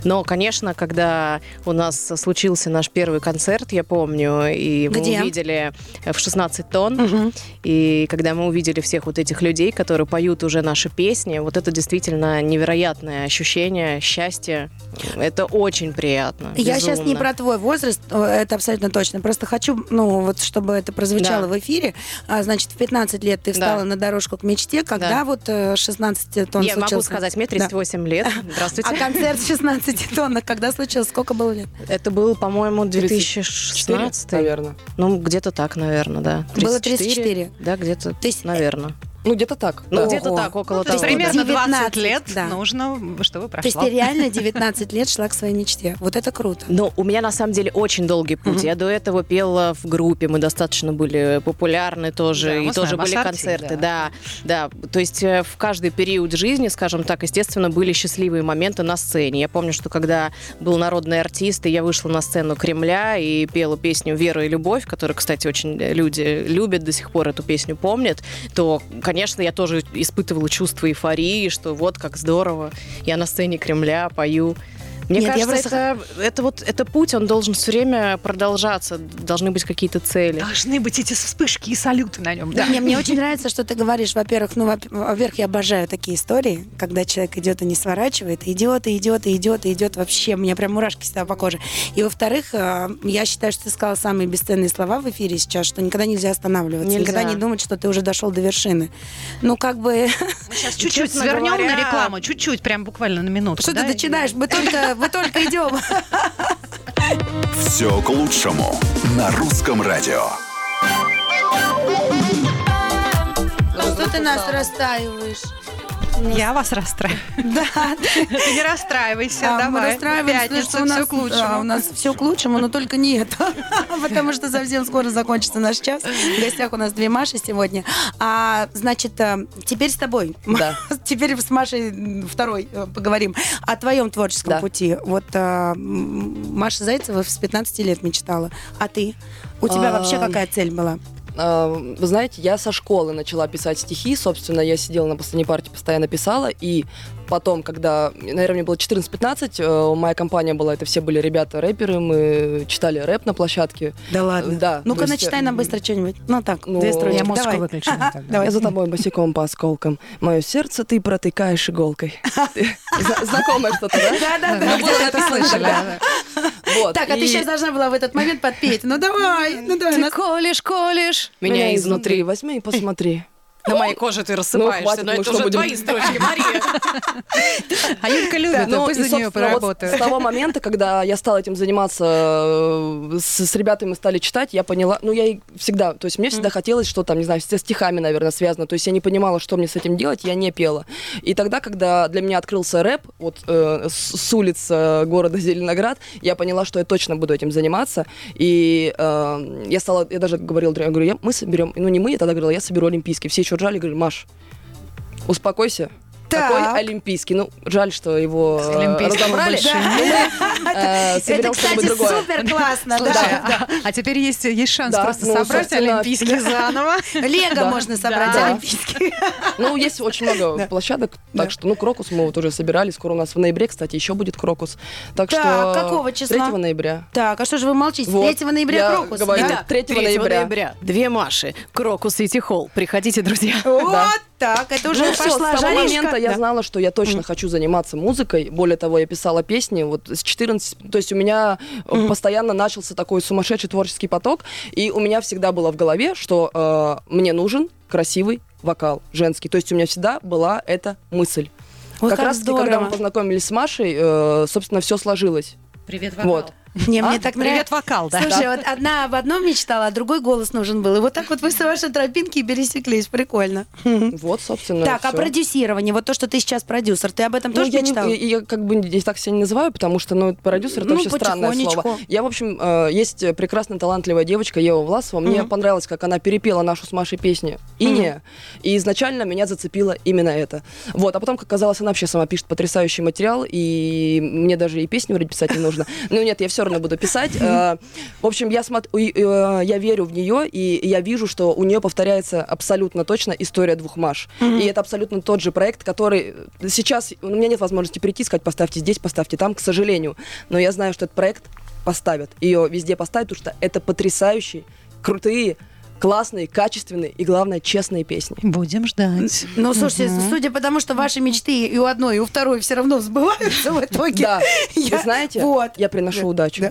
D: Но, конечно, когда у нас случился наш первый концерт, я помню, и мы
B: Где?
D: увидели в 16 тонн,
B: Мгм.
D: и когда мы увидели всех вот этих людей, которые поют уже наши песни, вот это действительно невероятное ощущение счастья. Это очень приятно.
B: Я сейчас не
D: безумно.
B: про твой возраст, э, это абсолютно точно. Просто хочу, ну, вот чтобы это прозвучало
D: Да.
B: в эфире. А, значит, в 15 лет ты
D: Да.
B: встала на дорожку к мечте, когда
D: Да.
B: вот э, 16 тонн
D: Я могу
B: случился?
D: сказать, мне
B: Да.
D: 38 *laughs* лет.
B: А
D: Здравствуйте.
B: концерт в 16 *laughs* тоннах когда случился? Сколько было лет?
D: А, Это был, по-моему,
E: 4,
D: 2016.
E: наверное.
D: Ну, где-то так, наверное, да.
B: Было 34.
D: Да, где-то,
B: То есть-
D: наверное.
E: Ну, где-то так.
D: Ну,
E: да.
D: где-то
B: Ого.
D: так, около
B: Ну, то есть
D: того. да.
B: примерно
C: примерно
B: 19,
C: 20 лет
B: да.
C: нужно, чтобы
B: То есть
C: прошло.
B: ты реально 19 лет шла к своей мечте. Вот это круто.
D: Но Ну, у меня на самом деле очень долгий путь. Я до этого пела в группе, мы достаточно были популярны тоже,
C: Да,
D: и
C: мы
D: тоже
C: знаем,
D: были
C: Ассорти,
D: концерты. Да. да, То есть э, в каждый период жизни, скажем так, естественно, были счастливые моменты на сцене. Я помню, что когда был народный артист, и я вышла на сцену Кремля и пела песню «Вера и любовь», которую, кстати, очень э, люди любят до сих пор, эту песню помнят, то, конечно, я тоже испытывала чувство эйфории, что вот как здорово, я на сцене Кремля пою. Мне
B: Нет, я
D: кажется, это, Э, это вот это путь, он должен все время продолжаться, должны быть какие-то цели.
C: Должны быть эти вспышки и салюты на нем. Да.
B: Не, мне очень нравится, что ты говоришь. Во-первых, ну, во- во-первых, я обожаю такие истории, когда человек идет и не сворачивает, и идет, и идет, и идет, и идет вообще. У меня прям мурашки всегда по коже. И во-вторых, э, я считаю, что ты сказала самые бесценные слова в эфире сейчас, что никогда нельзя останавливаться,
D: Нельзя.
B: никогда не думать, что ты уже дошел до вершины. Ну, как бы, *laughs*
F: Мы сейчас чуть-чуть
D: Честно
F: свернем
D: говоря,
F: на рекламу, чуть-чуть, прям буквально на минуту.
B: что
F: да,
B: ты начинаешь? Мы только, мы только идем.
A: Все к лучшему на русском радио.
B: Что ты нас растаиваешь?
C: Я вас расстраиваю.
B: Да,
F: Ты не расстраивайся,
B: А,
F: давай.
B: Мы расстраиваемся, потому
F: Пятница,
B: что у нас,
F: всё к лучшему.
B: да, у нас все к лучшему, но только не это. *laughs* Потому что совсем скоро закончится наш час. В гостях у нас две Маши сегодня. А, значит, э, теперь с тобой.
E: *laughs*
B: *laughs*
E: Да.
B: Теперь с Машей м, второй э, поговорим о твоем творческом
E: Да.
B: пути. Вот э, м, Маша Зайцева с 15 лет мечтала. А ты? У тебя
E: А,
B: вообще какая цель была?
E: А, Вы знаете, я со школы начала писать стихи. Собственно, я сидела на последней партии, постоянно писала. И потом, когда, наверное, мне было 14-15, э, моя компания была, это все были ребята-рэперы, мы читали рэп на площадке.
B: Да
E: Э, да,
B: Ну-ка,
E: то есть,
B: начитай нам быстро что-нибудь. Ну так,
E: Ну,
B: две строчки.
E: я
G: музыку
B: Давай.
G: выключила
B: Ага,
G: тогда.
B: Давай.
E: Я за тобой босиком по осколкам. Мое сердце ты протыкаешь иголкой. Зна- Знакомое
C: *laughs*
E: что-то, да? *laughs* Ну,
B: Да-да-да.
C: это слышали. да.
E: Вот,
B: Так, а ты
E: и
B: сейчас должна была в этот момент подпеть. Ну давай, ну давай.
D: Ты
B: нас-
D: колешь, колешь. Меня изнутри.
E: возьми и посмотри.
D: На моей коже ты рассыпаешься.
E: Ну, хватит,
D: но
E: мы
D: это
E: что
D: уже
E: будем?
D: твои строчки,
E: *laughs*
D: Мария.
C: А Юлька любит,
E: Ну,
C: пусть
E: и,
C: за нее
E: собственно, вот
C: поработают.
E: с того момента, когда я стала этим заниматься, э, с, с ребятами мы стали читать, я поняла, ну, я и всегда, то есть мне всегда хотелось, что там, не знаю, со стихами, наверное, связано, то есть я не понимала, что мне с этим делать, я не пела. И тогда, когда для меня открылся рэп, вот э, с, с улиц э, города Зеленоград, я поняла, что я точно буду этим заниматься, и э, я стала, я даже говорила, я говорю, я- мы соберем, ну, не мы, я тогда говорила, я соберу олимпийский, все еще ржали, говорю, Маш, успокойся, такой
B: Так.
E: олимпийский. Ну, жаль, что его э,
C: Олимпийского
E: разобрали. Ну,
C: больше
E: Э,
B: Это,
E: собирал что-нибудь
B: кстати,
E: другое.
B: супер классно,
C: Слушай,
B: да.
C: а, а теперь есть, есть шанс
E: Да,
C: просто
E: ну,
C: собрать
E: собственно,
C: олимпийский заново.
B: Лего можно собрать
E: Да.
B: олимпийский.
E: Ну, есть очень много площадок, так что, ну, Крокус мы вот уже собирали, скоро у нас в ноябре, кстати, еще будет Крокус. Так
B: Так,
E: что...
B: какого числа?
E: 3 ноября.
B: Так, а что же вы молчите?
E: Вот,
B: 3 ноября
E: я
B: Крокус.
E: говорю,
B: Итак,
E: 3 ноября.
D: Две Маши. Крокус и Тихол. Приходите, друзья.
B: Вот так, это уже
E: Ну всё, с
B: пошла
E: того момента
B: жаришка.
E: я
B: Да.
E: знала, что я точно хочу заниматься музыкой. Более того, я писала песни вот с 14. То есть у меня э, постоянно начался такой сумасшедший творческий поток. И у меня всегда было в голове, что э, мне нужен красивый вокал женский. То есть у меня всегда была эта мысль.
B: Ой,
E: как
B: как
E: раз таки, когда мы
B: здорово.
E: познакомились с Машей, э, собственно, все сложилось.
G: Привет,
E: Вот.
B: Не, мне
E: А?
B: так
C: Привет,
B: нравится.
C: вокал, да.
B: Слушай, вот одна об одном мечтала, а другой голос нужен был. И вот так вот вы с вашей тропинки и пересеклись. Прикольно.
E: Вот, собственно,
B: Так, а
E: Ну всё.
B: продюсирование, вот то, что ты сейчас продюсер, ты об этом
E: Ну,
B: тоже
E: я, не-
B: мечтала?
E: я- я как бы я так себя не называю, потому что ну, продюсер это
B: Ну,
E: вообще странное слово.
B: потихонечку.
E: Я, в общем, э, есть прекрасная талантливая девочка Ева Власова. Мне понравилось, как она перепела нашу с Машей песню «Иния». И изначально меня зацепило именно это. Вот, а потом, как оказалось, она вообще сама пишет потрясающий материал, и мне даже и песню вроде писать не нужно. Ну нет, я все равно буду писать. Э, В общем, я, смотр- и, э, я верю в нее, и я вижу, что у нее повторяется абсолютно точно история двух Маш. И это абсолютно тот же проект, который сейчас... У меня нет возможности прийти и сказать, поставьте здесь, поставьте там, к сожалению. Но я знаю, что этот проект поставят. Ее везде поставят, потому что это потрясающие, крутые, классные, качественные и, главное, честные песни.
G: Будем ждать.
B: Ну, слушайте, судя по тому, что ваши мечты и у одной, и у второй все равно сбываются в итоге.
E: Да,
B: *laughs* Я-
E: вы знаете,
B: вот.
E: я приношу удачу.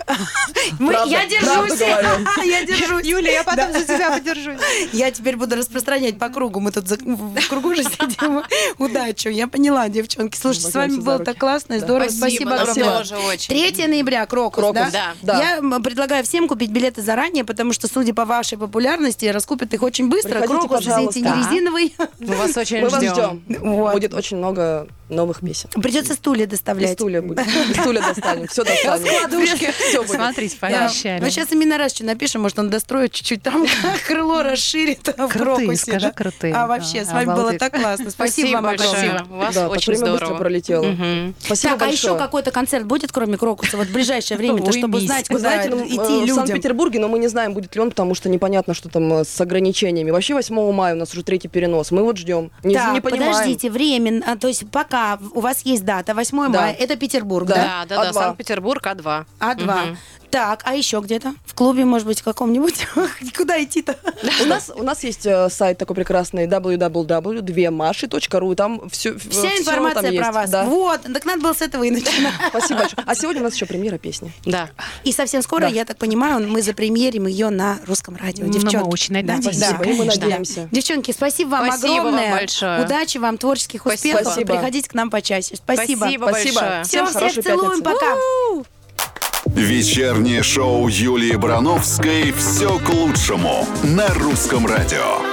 B: Мы-
E: Правда,
B: Я
E: правда
B: держусь.
E: говорю.
B: *laughs* Я держусь.
F: Юля, я потом за тебя подержусь.
B: Я теперь буду распространять по кругу. Мы тут за- в кругу же
E: *laughs*
B: сидим. Удачу. Я поняла, девчонки. Слушайте, с вами
E: возьмемся за
B: было
E: руки.
B: так классно и здорово. Спасибо
F: нам
B: огромное.
F: тоже очень.
B: 3 ноября Крокус,
E: Крокус,
B: да?
E: да, да.
B: Я м, предлагаю всем купить билеты заранее, потому что, судя по вашей популярности, раскупят их очень быстро.
E: Приходите,
B: Крокус,
E: пожалуйста.
B: извините, не резиновый.
D: Мы вас очень
E: Мы вас
D: ждем.
E: ждем.
B: Вот.
E: Будет очень много новых песен.
B: Придется стулья
E: И
B: доставлять. *laughs*
E: стулья будет. И стулья достанем. Все достанем. Раскладушки. Все будет.
G: Смотрите,
B: Да.
G: пообещали.
B: Ну, сейчас Амина Рашичу напишем, может, он достроит чуть-чуть
E: *laughs*
B: там, крыло расширит а, в Крокусе.
G: скажи
B: да?
G: крутые.
B: А вообще,
G: Да,
B: с вами было
G: обалдеть.
B: так классно. Спасибо вам
F: большое.
B: огромное.
D: У вас
E: Да, так
D: очень
E: время быстро
D: здорово.
E: пролетело.
D: Мгм.
E: Спасибо
B: Так, а еще
E: большое.
B: какой-то концерт будет, кроме Крокуса, вот в ближайшее время-то,
G: Ой,
B: чтобы
G: мисс.
B: знать,
E: Вы
B: куда
E: знаете, ну,
B: идти
E: э, в
B: людям.
E: Санкт-Петербурге, но мы не знаем, будет ли он, потому что непонятно, что там э, с ограничениями. Вообще 8 мая у нас уже третий перенос. Мы вот ждем. Не,
B: Так,
E: не понимаем.
B: подождите, временно, а, то есть пока у вас есть дата, 8
E: Да. А
B: мая, это Петербург, да?
D: Да, да, да.
E: А2.
D: Санкт-Петербург, А А2.
B: А2. Так, а еще где-то? В клубе, может быть, каком-нибудь? *laughs* Куда идти-то?
E: У нас, у нас есть э, сайт такой прекрасный www.2mashi.ru. Там все,
B: Вся информация про вас. Вот, так надо было с этого и
E: *laughs*
B: начинать.
E: Спасибо большое. А сегодня у нас еще премьера песни.
D: Да.
B: И совсем скоро,
E: Да.
B: я так понимаю, мы запремьерим ее на русском радио.
G: Ну, мы
B: Девчонки.
G: очень на это
B: Да,
G: надеемся,
B: да.
E: Спасибо, и мы
G: конечно.
E: надеемся.
B: Девчонки, спасибо вам
D: Спасибо вам
B: огромное.
D: большое.
B: Удачи вам, творческих
D: Спасибо.
B: успехов.
E: Спасибо.
B: Приходите к нам почаще. Спасибо.
D: Спасибо
E: Спасибо.
D: большое.
B: Все,
E: Всем
B: всех
E: хорошей
B: целуем.
E: пятницы.
B: Пока.
A: Вечернее шоу Юлии Брановской «Все к лучшему» на русском радио.